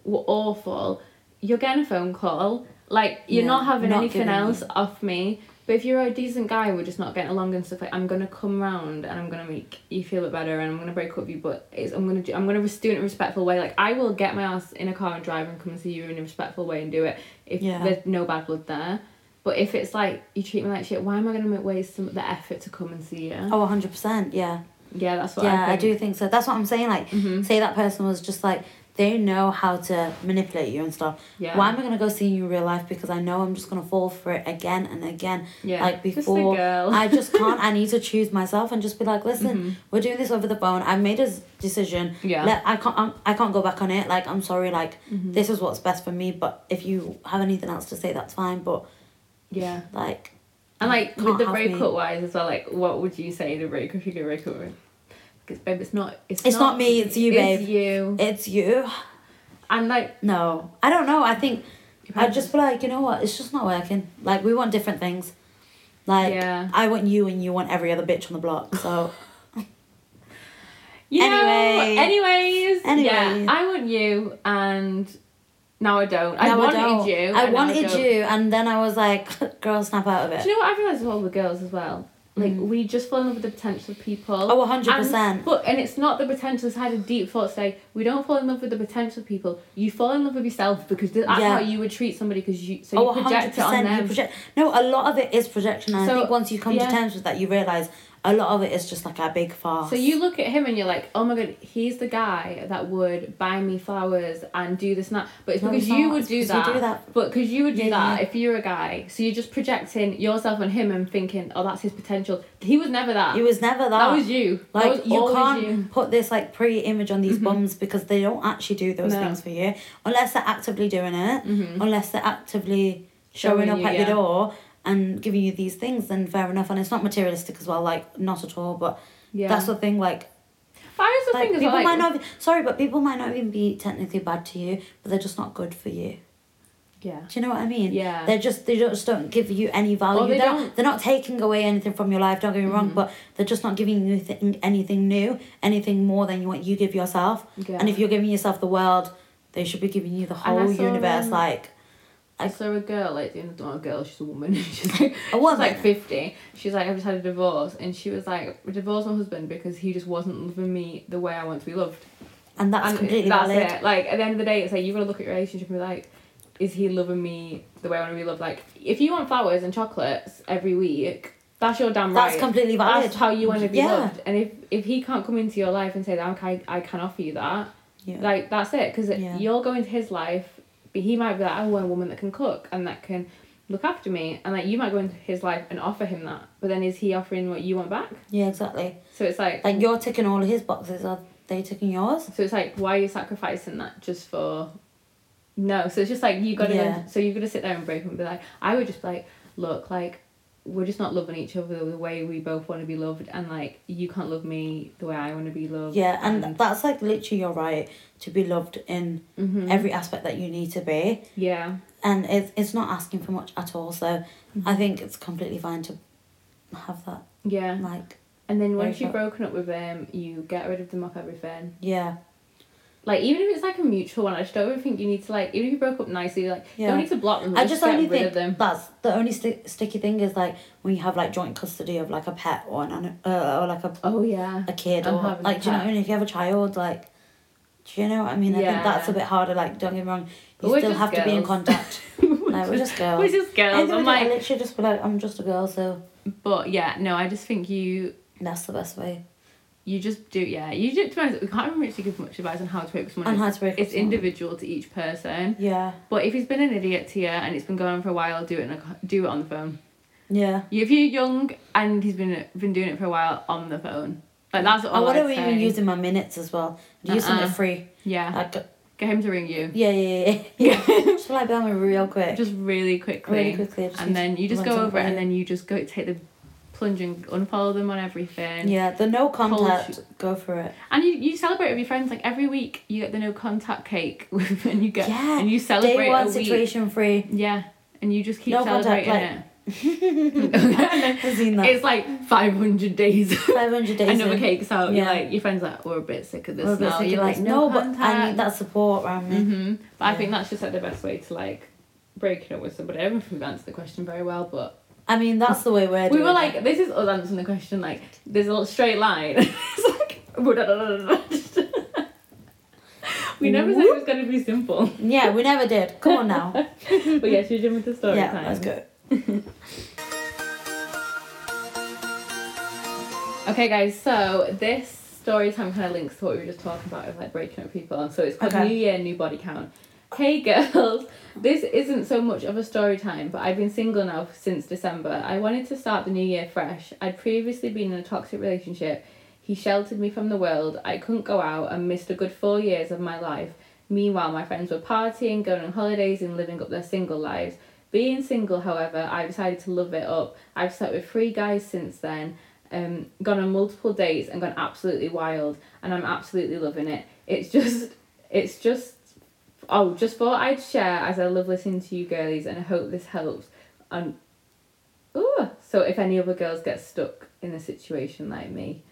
A: were awful. You're getting a phone call. Like you're
B: Yeah,
A: not having
B: not
A: anything
B: giving
A: else off me. But if you're a decent guy, and we're just not getting along and stuff. Like I'm gonna come round and I'm gonna make you feel it better and I'm gonna break up with you. But it's, I'm gonna do, I'm gonna do it in a respectful way. Like I will get my ass in a car and drive and come and see you in a respectful way and do it if
B: Yeah.
A: there's no bad blood there. But if it's like you treat me like shit, why am I gonna make waste some the effort to come and see you?
B: Oh, 100%. Yeah.
A: Yeah, that's what
B: yeah, I,
A: I Mm-hmm. think.
B: do think so. That's what I'm saying. Like, say that person was just like, They know how to manipulate you and stuff.
A: Yeah.
B: Why am I gonna go see you in real life? Because I know I'm just gonna fall for it again and again.
A: Yeah.
B: Like
A: Just a
B: before,
A: girl.
B: I just can't. I need to choose myself and just be like, listen, we're doing this over the phone. I made a s- decision.
A: Mm-hmm. Yeah. Mm-hmm.
B: Let, I can't. I'm, I can't go back on it. Like I'm sorry. Like this is what's best for me. But if you have anything else to say, that's fine. But
A: Yeah.
B: like,
A: And like
B: Can't
A: with the
B: have me.
A: breakup wise as well, like what would you say the breakup if you get break up with? Because babe, it's not. It's,
B: It's not me, it's you, babe.
A: It's you.
B: it's you.
A: And like
B: No, I don't know. I think
A: You've
B: I'd
A: had-
B: just be like, you know what? It's just not working. Like we want different things. Like
A: Yeah.
B: I want you, and you want every other bitch on the block. So
A: you
B: Anyway.
A: know. Anyways. Yeah.
B: Anyway.
A: I want you, and now I don't. I
B: No,
A: wanted
B: don't.
A: you.
B: I
A: and now
B: wanted
A: don't.
B: you, and then I was like, girl, snap out of it.
A: Do you know what I've realised with all the girls as well? Like we just fall in love with the potential of people.
B: Mm. Oh, 100%.
A: And- But and it's not the potential. It's had a deep thought. Say we don't fall in love with the potential of people. You fall in love with yourself because that's
B: Yeah.
A: how you would treat somebody. Because you so
B: Oh,
A: you project it
B: 100%,
A: on them.
B: You project, no, a lot of it is projection. And I
A: So,
B: think once you come
A: yeah.
B: to terms with that, you realize a lot of it is just like a big farce.
A: So you look at him and you're like, oh my god, he's the guy that would buy me flowers and do this and that. But it's
B: No,
A: because
B: it's
A: you
B: not.
A: would
B: It's
A: do
B: because you
A: that,
B: do that.
A: But because you would do
B: Yeah,
A: that
B: yeah.
A: if you're a guy. So you're just projecting yourself on him and thinking, oh, that's his potential. He was never that.
B: It was never that.
A: that was you. That
B: Like
A: was
B: you
A: always
B: can't
A: you. Mm-hmm.
B: put this like pretty image on these bums because they don't actually do those
A: No. Mm-hmm.
B: things for you unless they're actively doing it, unless they're actively showing,
A: Showing
B: up
A: you,
B: at
A: yeah.
B: your door and giving you these things. Then fair enough, and it's not materialistic as well. Like not at all, but
A: Yeah.
B: that's the thing. Like,
A: But I also
B: like
A: think as
B: people
A: well, like,
B: might not. Sorry, but people might not even be technically bad to you, but they're just not good for you.
A: yeah.
B: Do you know what I mean?
A: Yeah.
B: They're just they just don't give you any value.
A: Or they
B: they are
A: don't- Mm-hmm.
B: Not, they're not taking away anything from your life. Don't get me wrong, but they're just not giving you th- anything new, anything more than what you give yourself.
A: Yeah.
B: And if you're giving yourself the world, they should be giving you the
A: I
B: whole
A: saw,
B: universe.
A: um,
B: Like
A: I saw a girl like the not a girl, she's a woman. she's like
B: A woman?
A: She's like fifty. She's like, I've just had a divorce and she was like, I divorced my husband because he just wasn't loving me the way I want to be loved.
B: and that's
A: and
B: completely
A: that's
B: valid.
A: it. Like at the end of the day, it's like you've got to look at your relationship and be like, is he loving me the way I want to be loved? Like if you want flowers and chocolates every week, that's your damn
B: That's
A: right.
B: completely valid.
A: That's how you want to be
B: Yeah.
A: loved. And if if he can't come into your life and say that okay, I can offer you that,
B: Yeah.
A: like that's it because
B: Yeah.
A: you're going to his life, but he might be like, I want a woman that can cook and that can look after me, and like you might go into his life and offer him that, but then is he offering what you want back?
B: yeah, exactly.
A: So it's like,
B: Like you're ticking all of his boxes. Are they ticking yours?
A: so it's like, why are you sacrificing that just for? No, so it's just like you gotta,
B: Yeah.
A: so you gotta sit there and break up and be like, I would just be like, look, like we're just not loving each other the way we both want to be loved, and like you can't love me the way I want to be loved.
B: Yeah, and
A: Mm.
B: that's like literally your right to be loved in
A: Mm.
B: every aspect that you need to be.
A: mm-hmm. yeah,
B: and it's it's not asking for much at all. So
A: Mm-hmm.
B: I think it's completely fine to have that.
A: yeah.
B: Like
A: And then once
B: Break
A: you've
B: up.
A: broken up with them, you get rid of them off everything.
B: yeah,
A: Like even if it's like a mutual one, I just don't think you need to like even if you broke up nicely, like you
B: Yeah.
A: don't need to block them.
B: I just
A: get
B: only
A: rid
B: think
A: of them.
B: that's the only sti- sticky thing is like when you have like joint custody of like a pet or an ani- uh, or like a,
A: Oh yeah.
B: a kid
A: I'm
B: or
A: having a
B: like do you know
A: pet.
B: what I mean? If you have a child, like do you know what I mean? I
A: Yeah.
B: think that's a bit harder. Like don't get me wrong,
A: But
B: you
A: we're
B: still
A: just
B: have to be in
A: girls.
B: contact. no, we're just girls.
A: We're just
B: At the
A: girls.
B: end of
A: I'm
B: the day, I
A: like,
B: literally just be like I'm just a girl, so
A: but yeah, no, I just think you
B: that's the best way.
A: you just do yeah. You just to be honest, we can't even really give much advice on how to break up someone.
B: And
A: It's-
B: how to break up
A: It's
B: someone.
A: individual to each person.
B: Yeah,
A: But if he's been an idiot to you and it's been going on for a while, do it in a, co- do it on the phone.
B: yeah.
A: If you're young and he's been been doing it for a while, on the phone. Like that's all.
B: I
A: I'd
B: wonder Oh, we
A: say.
B: even using my minutes as well. I'd use them
A: Uh-uh.
B: for free.
A: Yeah.
B: Like
A: Get him to ring you.
B: Yeah, yeah, yeah. yeah. just like Bellamy real quick.
A: Just really quickly.
B: really quickly. I just
A: And
B: need
A: then
B: to
A: you just
B: run
A: go
B: something
A: over it and
B: by
A: then you just go take the plunge and unfollow them on everything.
B: you. Yeah, the no contact,
A: Hold-
B: go for it.
A: And you, you celebrate with your friends like every week you get the no contact cake and you get
B: Yeah,
A: and you celebrate
B: Day
A: a
B: one
A: week.
B: situation free.
A: Yeah. And you just keep
B: No contact,
A: celebrating it. And then
B: I've seen that.
A: it's like five hundred days.
B: 500 days.
A: Another
B: in.
A: cake's out. You're
B: Yeah.
A: like your friends are like we're a bit sick of this
B: We're a bit
A: now.
B: sick of
A: You're like,
B: this.
A: no,
B: but I
A: contact.
B: need that support around me.
A: hmm But I
B: Yeah.
A: think that's just like the best way to like break it up with somebody. I don't know if we've answered the question very well, but
B: I mean, that's the way we're
A: we
B: doing
A: were like,
B: it.
A: this is us answering the question. Like, there's a little straight line. it's like, we never said it was gonna be simple.
B: Yeah, we never did. Come on now.
A: But yeah, should we jump into story
B: yeah,
A: time?
B: let's go.
A: Okay, guys. So this story time kind of links to what we were just talking about of like breaking up people. So it's called
B: Okay.
A: New Year, New Body Count. Hey girls, this isn't so much of a story time, but I've been single now since December. I wanted to start the new year fresh. I'd previously been in a toxic relationship. He sheltered me from the world. I couldn't go out and missed a good four years of my life. Meanwhile, my friends were partying, going on holidays, and living up their single lives. Being single, however, I decided to love it up. I've slept with three guys since then, um, gone on multiple dates and gone absolutely wild, and I'm absolutely loving it. It's just, it's just, oh, just thought I'd share as I love listening to you girlies, and I hope this helps. And, ooh, so if any other girls get stuck in a situation like me,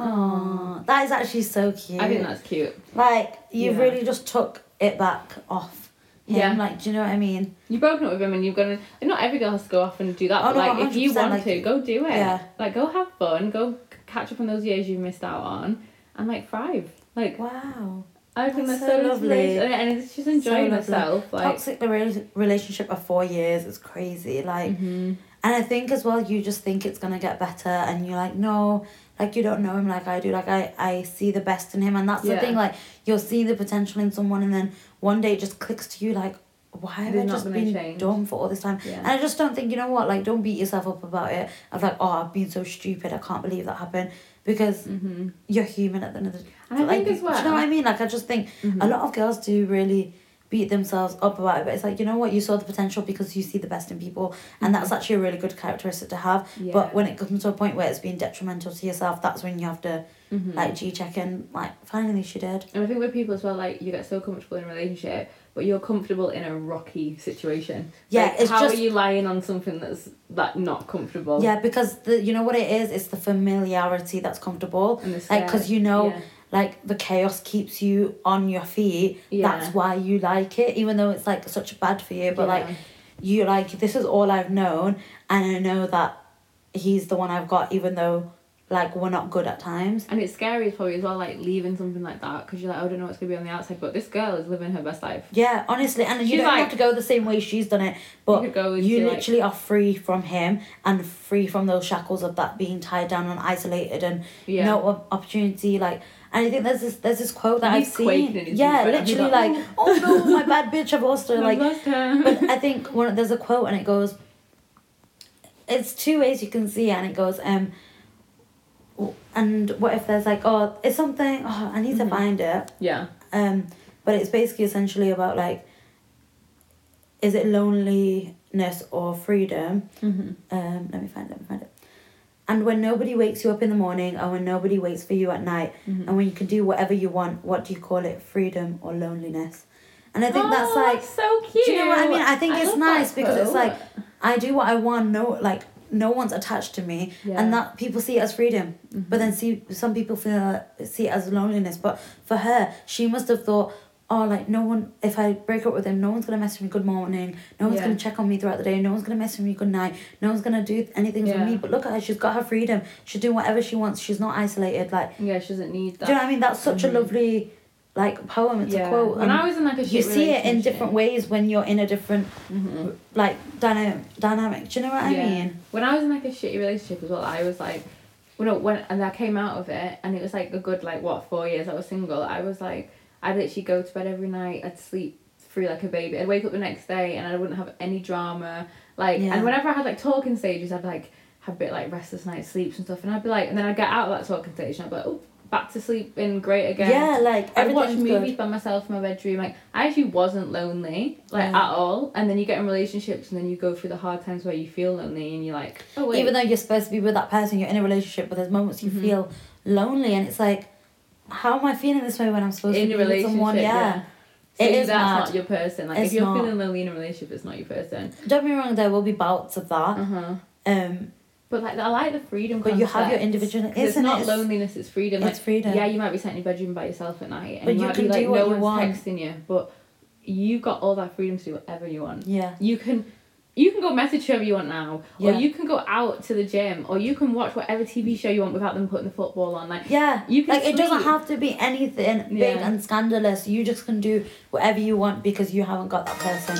B: Aww, that is actually so cute.
A: I think that's cute.
B: like you
A: Yeah.
B: really just took it back off him.
A: Yeah.
B: Like, do you know what I mean?
A: You've broken up with him, and you've gone. And not every girl has to go off and do that,
B: Oh,
A: but
B: no,
A: like if you
B: 100%,
A: want
B: like-
A: to, go do it.
B: Yeah.
A: Like go have fun, go c- catch up on those years you missed out on, and like thrive. Like
B: Wow.
A: I think
B: That's
A: that's
B: so
A: so,
B: lovely.
A: lovely, and, and it's just enjoying
B: lovely.
A: herself. Like
B: Toxic rela- relationship of four years is crazy. Like,
A: Mm-hmm.
B: and I think as well, you just think it's gonna get better, and you're like, no, like you don't know him like I do. Like I, I see the best in him, and that's the
A: Yeah.
B: thing. Like you'll see the potential in someone, and then one day it just clicks to you. Like, why have
A: There's
B: I
A: not
B: just
A: gonna
B: been
A: change.
B: dumb for all this time?
A: Yeah.
B: And I just don't think you know what. Like, don't beat yourself up about it. Of like, oh, I've been so stupid. I can't believe that happened because
A: Mhm.
B: you're human at the end of the
A: And I
B: like,
A: think as
B: Do you know
A: well- Mm-hmm.
B: what I mean? Like, I just think a lot of girls do really beat themselves up about it, but it's like, you know what? You saw the potential because you see the best in people, and that's actually a really good characteristic to have.
A: Mm-hmm. Yeah.
B: But when it comes to a point where it's being detrimental to yourself, that's when you have to
A: Mm-hmm.
B: like G check and like, finally, she did.
A: And I think with people as well, like you get so comfortable in a relationship, but you're comfortable in a rocky situation.
B: Yeah,
A: Like,
B: it's
A: how
B: just-
A: are you lying on something that's like not comfortable?
B: Yeah, because the you know what it is? It's the familiarity that's comfortable.
A: And the
B: Like, because
A: scare.
B: you know,
A: Yeah.
B: like the chaos keeps you on your feet.
A: Yeah.
B: That's why you like it, even though it's like such bad for you. But like,
A: Yeah.
B: you like this is all I've known, and I know that he's the one I've got, even though like we're not good at times.
A: And it's scary for you as well, like leaving something like that, because you're like, "Oh, I don't know what's gonna be on the outside, but this girl is living her best life.
B: Yeah, honestly, and you
A: She's
B: don't
A: like-
B: have to go the same way she's done it, but you,
A: could go into, like-
B: literally are free from him and free from those shackles of that being tied down and isolated and
A: Yeah.
B: no op- opportunity. Like, and I think there's this there's this quote that
A: He's
B: I've seen.
A: quaking in his
B: Yeah,
A: boots right now. He's
B: literally like,
A: like,
B: oh no, my bad bitch, I've lost her. Like,
A: I've lost her.
B: but I think one there's a quote and it goes. It's two ways you can see it and it goes um. w- And what if there's like oh it's something oh I need to find it
A: yeah.
B: um but it's basically essentially about like is it loneliness or freedom
A: Mm-hmm.
B: um let me find it let me find it and when nobody wakes you up in the morning and when nobody waits for you at night and when you can do whatever you want what do you call it freedom or loneliness and i think that's
A: Oh,
B: like
A: so cute.
B: do you know what I mean? I think it's
A: love that
B: nice because it's
A: quote.
B: like I do what I want. No, like no one's attached to me,
A: Yeah. Mm-hmm.
B: and that people see it as freedom. But then see some people feel see it as loneliness. But for her, she must have thought. Oh, like no one. If I break up with him, no one's gonna mess with me. Good morning. No one's
A: Yeah.
B: gonna check on me throughout the day. No one's gonna mess with me. Good night. No one's gonna do anything for
A: Yeah.
B: me. But look at her. She's got her freedom. She's doing whatever she wants. She's not isolated. Like,
A: yeah, she doesn't need that.
B: do you know what I mean? That's such a lovely, like poem. It's a
A: Mm-hmm. yeah.
B: quote.
A: when
B: and-
A: I was in like a
B: you
A: shit
B: see it in
A: relationship- Mm-hmm.
B: different ways when you're in a different like dynamic dynamic do you know what i
A: Yeah.
B: mean
A: When I was in like a shitty relationship as well, I was like, you know, when and I came out of it, and it was like a good like what four years I was single. I was like, I'd literally go to bed every night. I'd sleep through like a baby. I'd wake up the next day, and I wouldn't have any drama. Like,
B: Yeah.
A: and whenever I had like talking stages, I'd like have a bit like restless night sleeps and stuff, and I'd be like, and then I'd get out of that talking stage, and I'd be like, oh, back to sleep and great again.
B: yeah like
A: I watched
B: everything's
A: movies
B: good
A: by myself in my bedroom. Like I actually wasn't lonely, like
B: Yeah.
A: at all. And then you get in relationships, and then you go through the hard times where you feel lonely, and you're like, oh wait,
B: even though you're supposed to be with that person you're in a relationship but there's moments
A: Mm-hmm.
B: you feel lonely and it's like how am i feeling this way when i'm supposed
A: in
B: to
A: a
B: be with
A: relationship,
B: someone yeah,
A: So
B: It is
A: that's
B: mad.
A: not your person. Like
B: It's
A: if you're
B: not.
A: feeling lonely in a relationship, it's not your person.
B: don't be wrong there will be bouts of that
A: Uh huh.
B: um
A: But like I like the freedom.
B: But you have your
A: concept.
B: individual-
A: 'Cause It's
B: isn't
A: not
B: it?
A: loneliness. It's freedom.
B: it's
A: like,
B: freedom.
A: Yeah, you might be sat in your bedroom by yourself at night, and
B: But
A: you,
B: you
A: might
B: can
A: be like
B: do what
A: no
B: you
A: one's
B: want.
A: texting you, but you got all that freedom to do whatever you want.
B: yeah
A: you can you can go message whoever you want now
B: Yeah.
A: or you can go out to the gym or you can watch whatever tv show you want without them putting the football on like
B: yeah
A: You can
B: like it doesn't
A: sleep.
B: have to be anything big
A: Yeah.
B: and scandalous you just can do whatever you want because you haven't got that person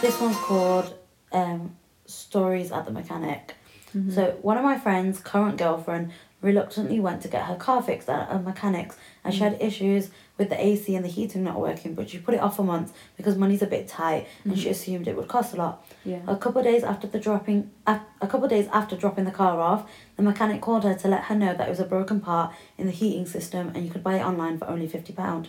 B: this one's called um stories at the mechanic
A: Mm-hmm.
B: So one of my friends' current girlfriend reluctantly went to get her car fixed at a mechanic's and she
A: Mm.
B: had issues with the AC and the heating not working, but she put it off for months because money's a bit tight
A: Mm-hmm.
B: and she assumed it would cost a lot.
A: Yeah.
B: A couple of days after the dropping, af- a couple of days after dropping the car off, the mechanic called her to let her know that it was a broken part in the heating system and you could buy it online for only fifty pound.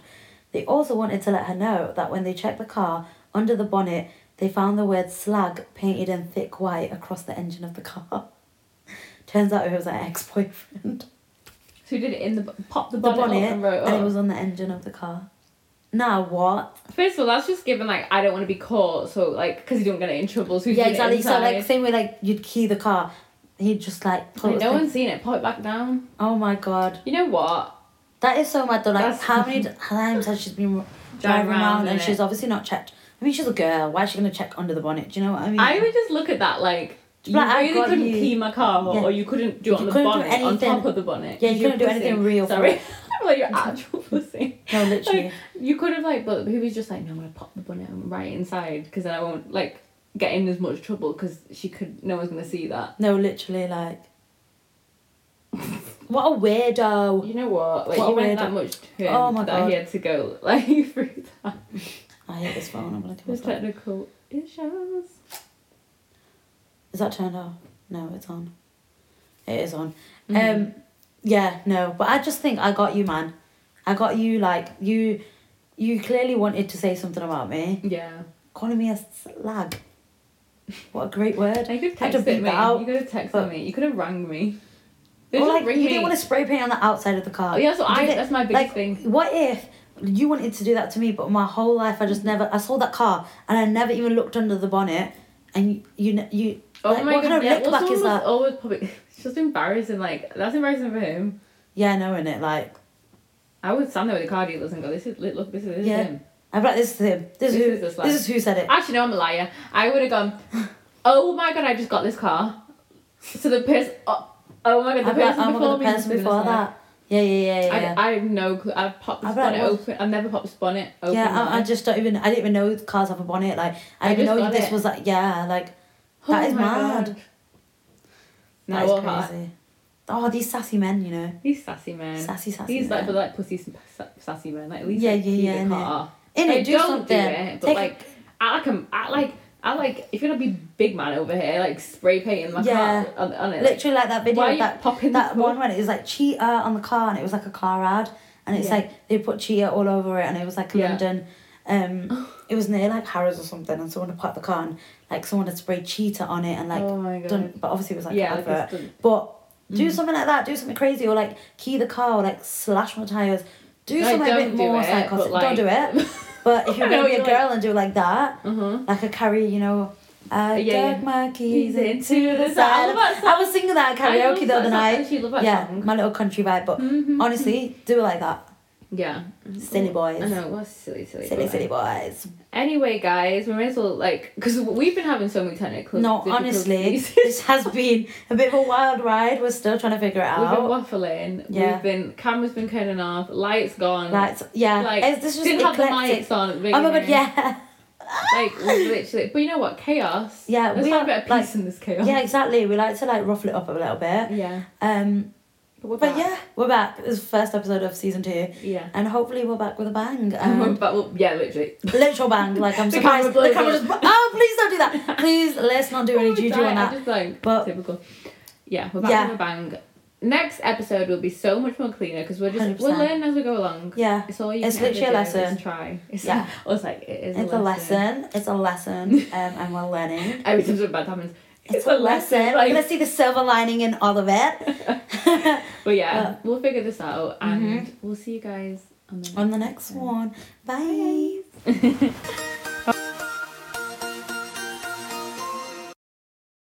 B: They also wanted to let her know that when they checked the car under the bonnet, they found the word slag painted in thick white across the engine of the car. Turns out it was her ex boyfriend.
A: So you did it in the bo- pop the
B: The
A: bonnet,
B: bonnet,
A: up and wrote
B: and
A: up.
B: it was on the engine of the car. Now what?
A: First of all, that's just given like I don't want to be caught, so like because you don't get in trouble. So you
B: yeah,
A: did it
B: exactly. So like
A: inside.
B: same way like you'd key the car, he'd just like pull
A: Like,
B: it
A: no
B: thing.
A: one's seen it. Pop it back down.
B: Oh my god,
A: You know what?
B: that is so mad though. Like
A: That's-
B: how many times has she been driving
A: Driving around,
B: around and
A: innit?
B: she's obviously not checked? I mean, she's a girl. Why is she gonna check under the bonnet? Do you know what I mean?
A: I would just look at that like. You
B: Like, I
A: really
B: got
A: couldn't
B: you.
A: key my car,
B: Yeah.
A: or you couldn't do
B: You
A: it on the
B: couldn't do
A: bonnet, on
B: anything.
A: top of the bonnet.
B: Yeah, you couldn't do
A: pussy.
B: anything real for
A: Sorry,
B: it.
A: I'm like you're actual pussy.
B: no, literally.
A: Like, you could have like, but he was just like, no, I'm gonna pop the bonnet on right inside because then I won't like get in as much trouble because she could, no one's gonna see that.
B: no, literally. Like, what a weirdo.
A: You know what? Like
B: What a
A: you
B: weird-
A: went that much to him
B: Oh my
A: that
B: God.
A: he had to go like through that.
B: I hate this phone. I'm gonna come.
A: There's
B: off that.
A: technical issues.
B: Is that turned off? No, it's on. It is on. Um,
A: Mhm.
B: yeah, no, but I just think I got you, man. I got you. Like you, you clearly wanted to say something about me,
A: Yeah.
B: calling me a slag. What a great word!
A: I could
B: Had to
A: text
B: beat
A: it me.
B: that out,
A: you could have texted
B: but-
A: me. You could have rang me. They
B: Or
A: just
B: like
A: ring
B: you
A: me.
B: didn't want to spray paint on the outside of the car.
A: Oh, yeah, so
B: You
A: I.
B: did it-
A: That's my biggest
B: like,
A: thing.
B: what if you wanted to do that to me, but my whole life I just never. I saw that car and I never even looked under the bonnet, and you, you, ne- you
A: Oh
B: like,
A: my
B: what
A: god!
B: kind of
A: yeah,
B: lick
A: well,
B: back
A: someone
B: is
A: was
B: that?
A: always probably. It's just embarrassing. Like that's embarrassing for him.
B: Yeah, I know, innit? Like.
A: I would stand there with the car dealers and go, "This is look, this is, this is
B: Yeah.
A: him."
B: I'm like, this is him. This,
A: This
B: is
A: is
B: who.
A: the
B: This,
A: slag.
B: is who said it.
A: Actually, no, I'm a liar. I would have gone, oh my god, I just got this car. So the person, oh, oh my god, the
B: I'm like,
A: person
B: oh my
A: before
B: god, the
A: me.
B: person
A: was
B: before
A: gonna say,
B: that. Yeah, yeah, yeah, yeah.
A: I, I have no clue. I've popped the
B: I'd be like,
A: bonnet
B: what?
A: open. I've never popped the bonnet open.
B: yeah, I, I
A: like-
B: just don't even. I didn't even know cars have a bonnet. Like, I,
A: I
B: didn't
A: just
B: know
A: got
B: this
A: it.
B: was like, yeah, like,
A: Oh
B: that is
A: my
B: mad.
A: God.
B: That
A: No,
B: is
A: what about-
B: crazy. Oh, these sassy men, you know,
A: These sassy men.
B: sassy, sassy.
A: These like,
B: men.
A: but like pussy s- sa- sassy men. Like at least
B: Yeah,
A: like,
B: yeah,
A: keep
B: yeah,
A: the
B: innit?
A: car.
B: In
A: Like,
B: it, do
A: don't
B: something.
A: do it, but,
B: Take-
A: like, I like 'em- I like. I like if you're gonna be big man over here, like spray painting my
B: Yeah.
A: car on, on it. like,
B: literally like that video
A: why are
B: of
A: you
B: that
A: popping
B: that
A: the-
B: one when it was like cheetah on the car and it was like a car ad and it's
A: Yeah.
B: like they put cheetah all over it and it was like
A: Yeah.
B: London um it was near like Harrods or something and someone had parked the car and like someone had sprayed cheetah on it and like
A: oh my god.
B: done but obviously it was like
A: yeah,
B: an
A: like it's
B: advert.
A: Mm. done-
B: but do something like that do something crazy or like key the car or like slash my tires do
A: Like,
B: something a
A: don't
B: bit
A: do
B: more
A: it,
B: psychotic
A: but, like-
B: don't do it but if you're
A: I know,
B: gonna be a
A: you're
B: girl and do like that
A: Uh-huh.
B: like a carry you know I
A: Yeah, yeah.
B: dug my
A: He's
B: keys into
A: into the
B: side
A: side
B: of- I was singing that at karaoke the other night.
A: She loved that
B: Yeah,
A: song.
B: my little country vibe. But
A: Mhm.
B: honestly, do it like that.
A: Yeah.
B: Silly boys.
A: Mm-hmm. I know, it was silly, silly.
B: Silly,
A: boy.
B: silly boys.
A: Anyway, guys, we may as well, like, because we've been having so many technical
B: No, honestly,
A: difficulties.
B: this has been a bit of a wild ride. We're still trying to figure it
A: We've been
B: out.
A: waffling.
B: Yeah.
A: We've been, camera's been turning off, lights gone.
B: Lights, yeah.
A: like,
B: it's, this is just
A: didn't have the
B: eclectic.
A: mics on. at the
B: oh my god,
A: beginning.
B: yeah.
A: Like, we literally, but you know what? Chaos.
B: Yeah,
A: Let's
B: we
A: have
B: are,
A: a bit of peace
B: like-
A: in this chaos.
B: Yeah, exactly. We like to like ruffle it up a little bit.
A: Yeah.
B: Um,
A: But, we're
B: but
A: back.
B: yeah, we're back. This is the first episode of season two,
A: Yeah.
B: and hopefully we're back with a bang.
A: And we're
B: Um,
A: back, well, yeah, literally.
B: literal bang. Like I'm
A: The
B: surprised.
A: camera
B: The camera
A: blows
B: just. Oh, please don't do that. Please, let's not do any
A: Oh,
B: juju
A: die,
B: on that.
A: I just like
B: But-
A: typical. Yeah, we're back
B: Yeah.
A: with a bang. Next episode will be so much more cleaner because we're just we
B: 100%.
A: will learn as we go along.
B: Yeah.
A: It's all you
B: It's
A: can ever
B: literally a
A: do
B: lesson.
A: Is try. It's
B: Yeah.
A: I was like, it is
B: It's a lesson. It's a lesson. Um, and we're learning.
A: Every time something bad happens,
B: It's, a, lesson.
A: like-
B: Let's see the silver lining in all of it.
A: but yeah,
B: Uh,
A: we'll figure this
B: Mm-hmm.
A: out and we'll see you guys on the next.
B: On the next one. Bye.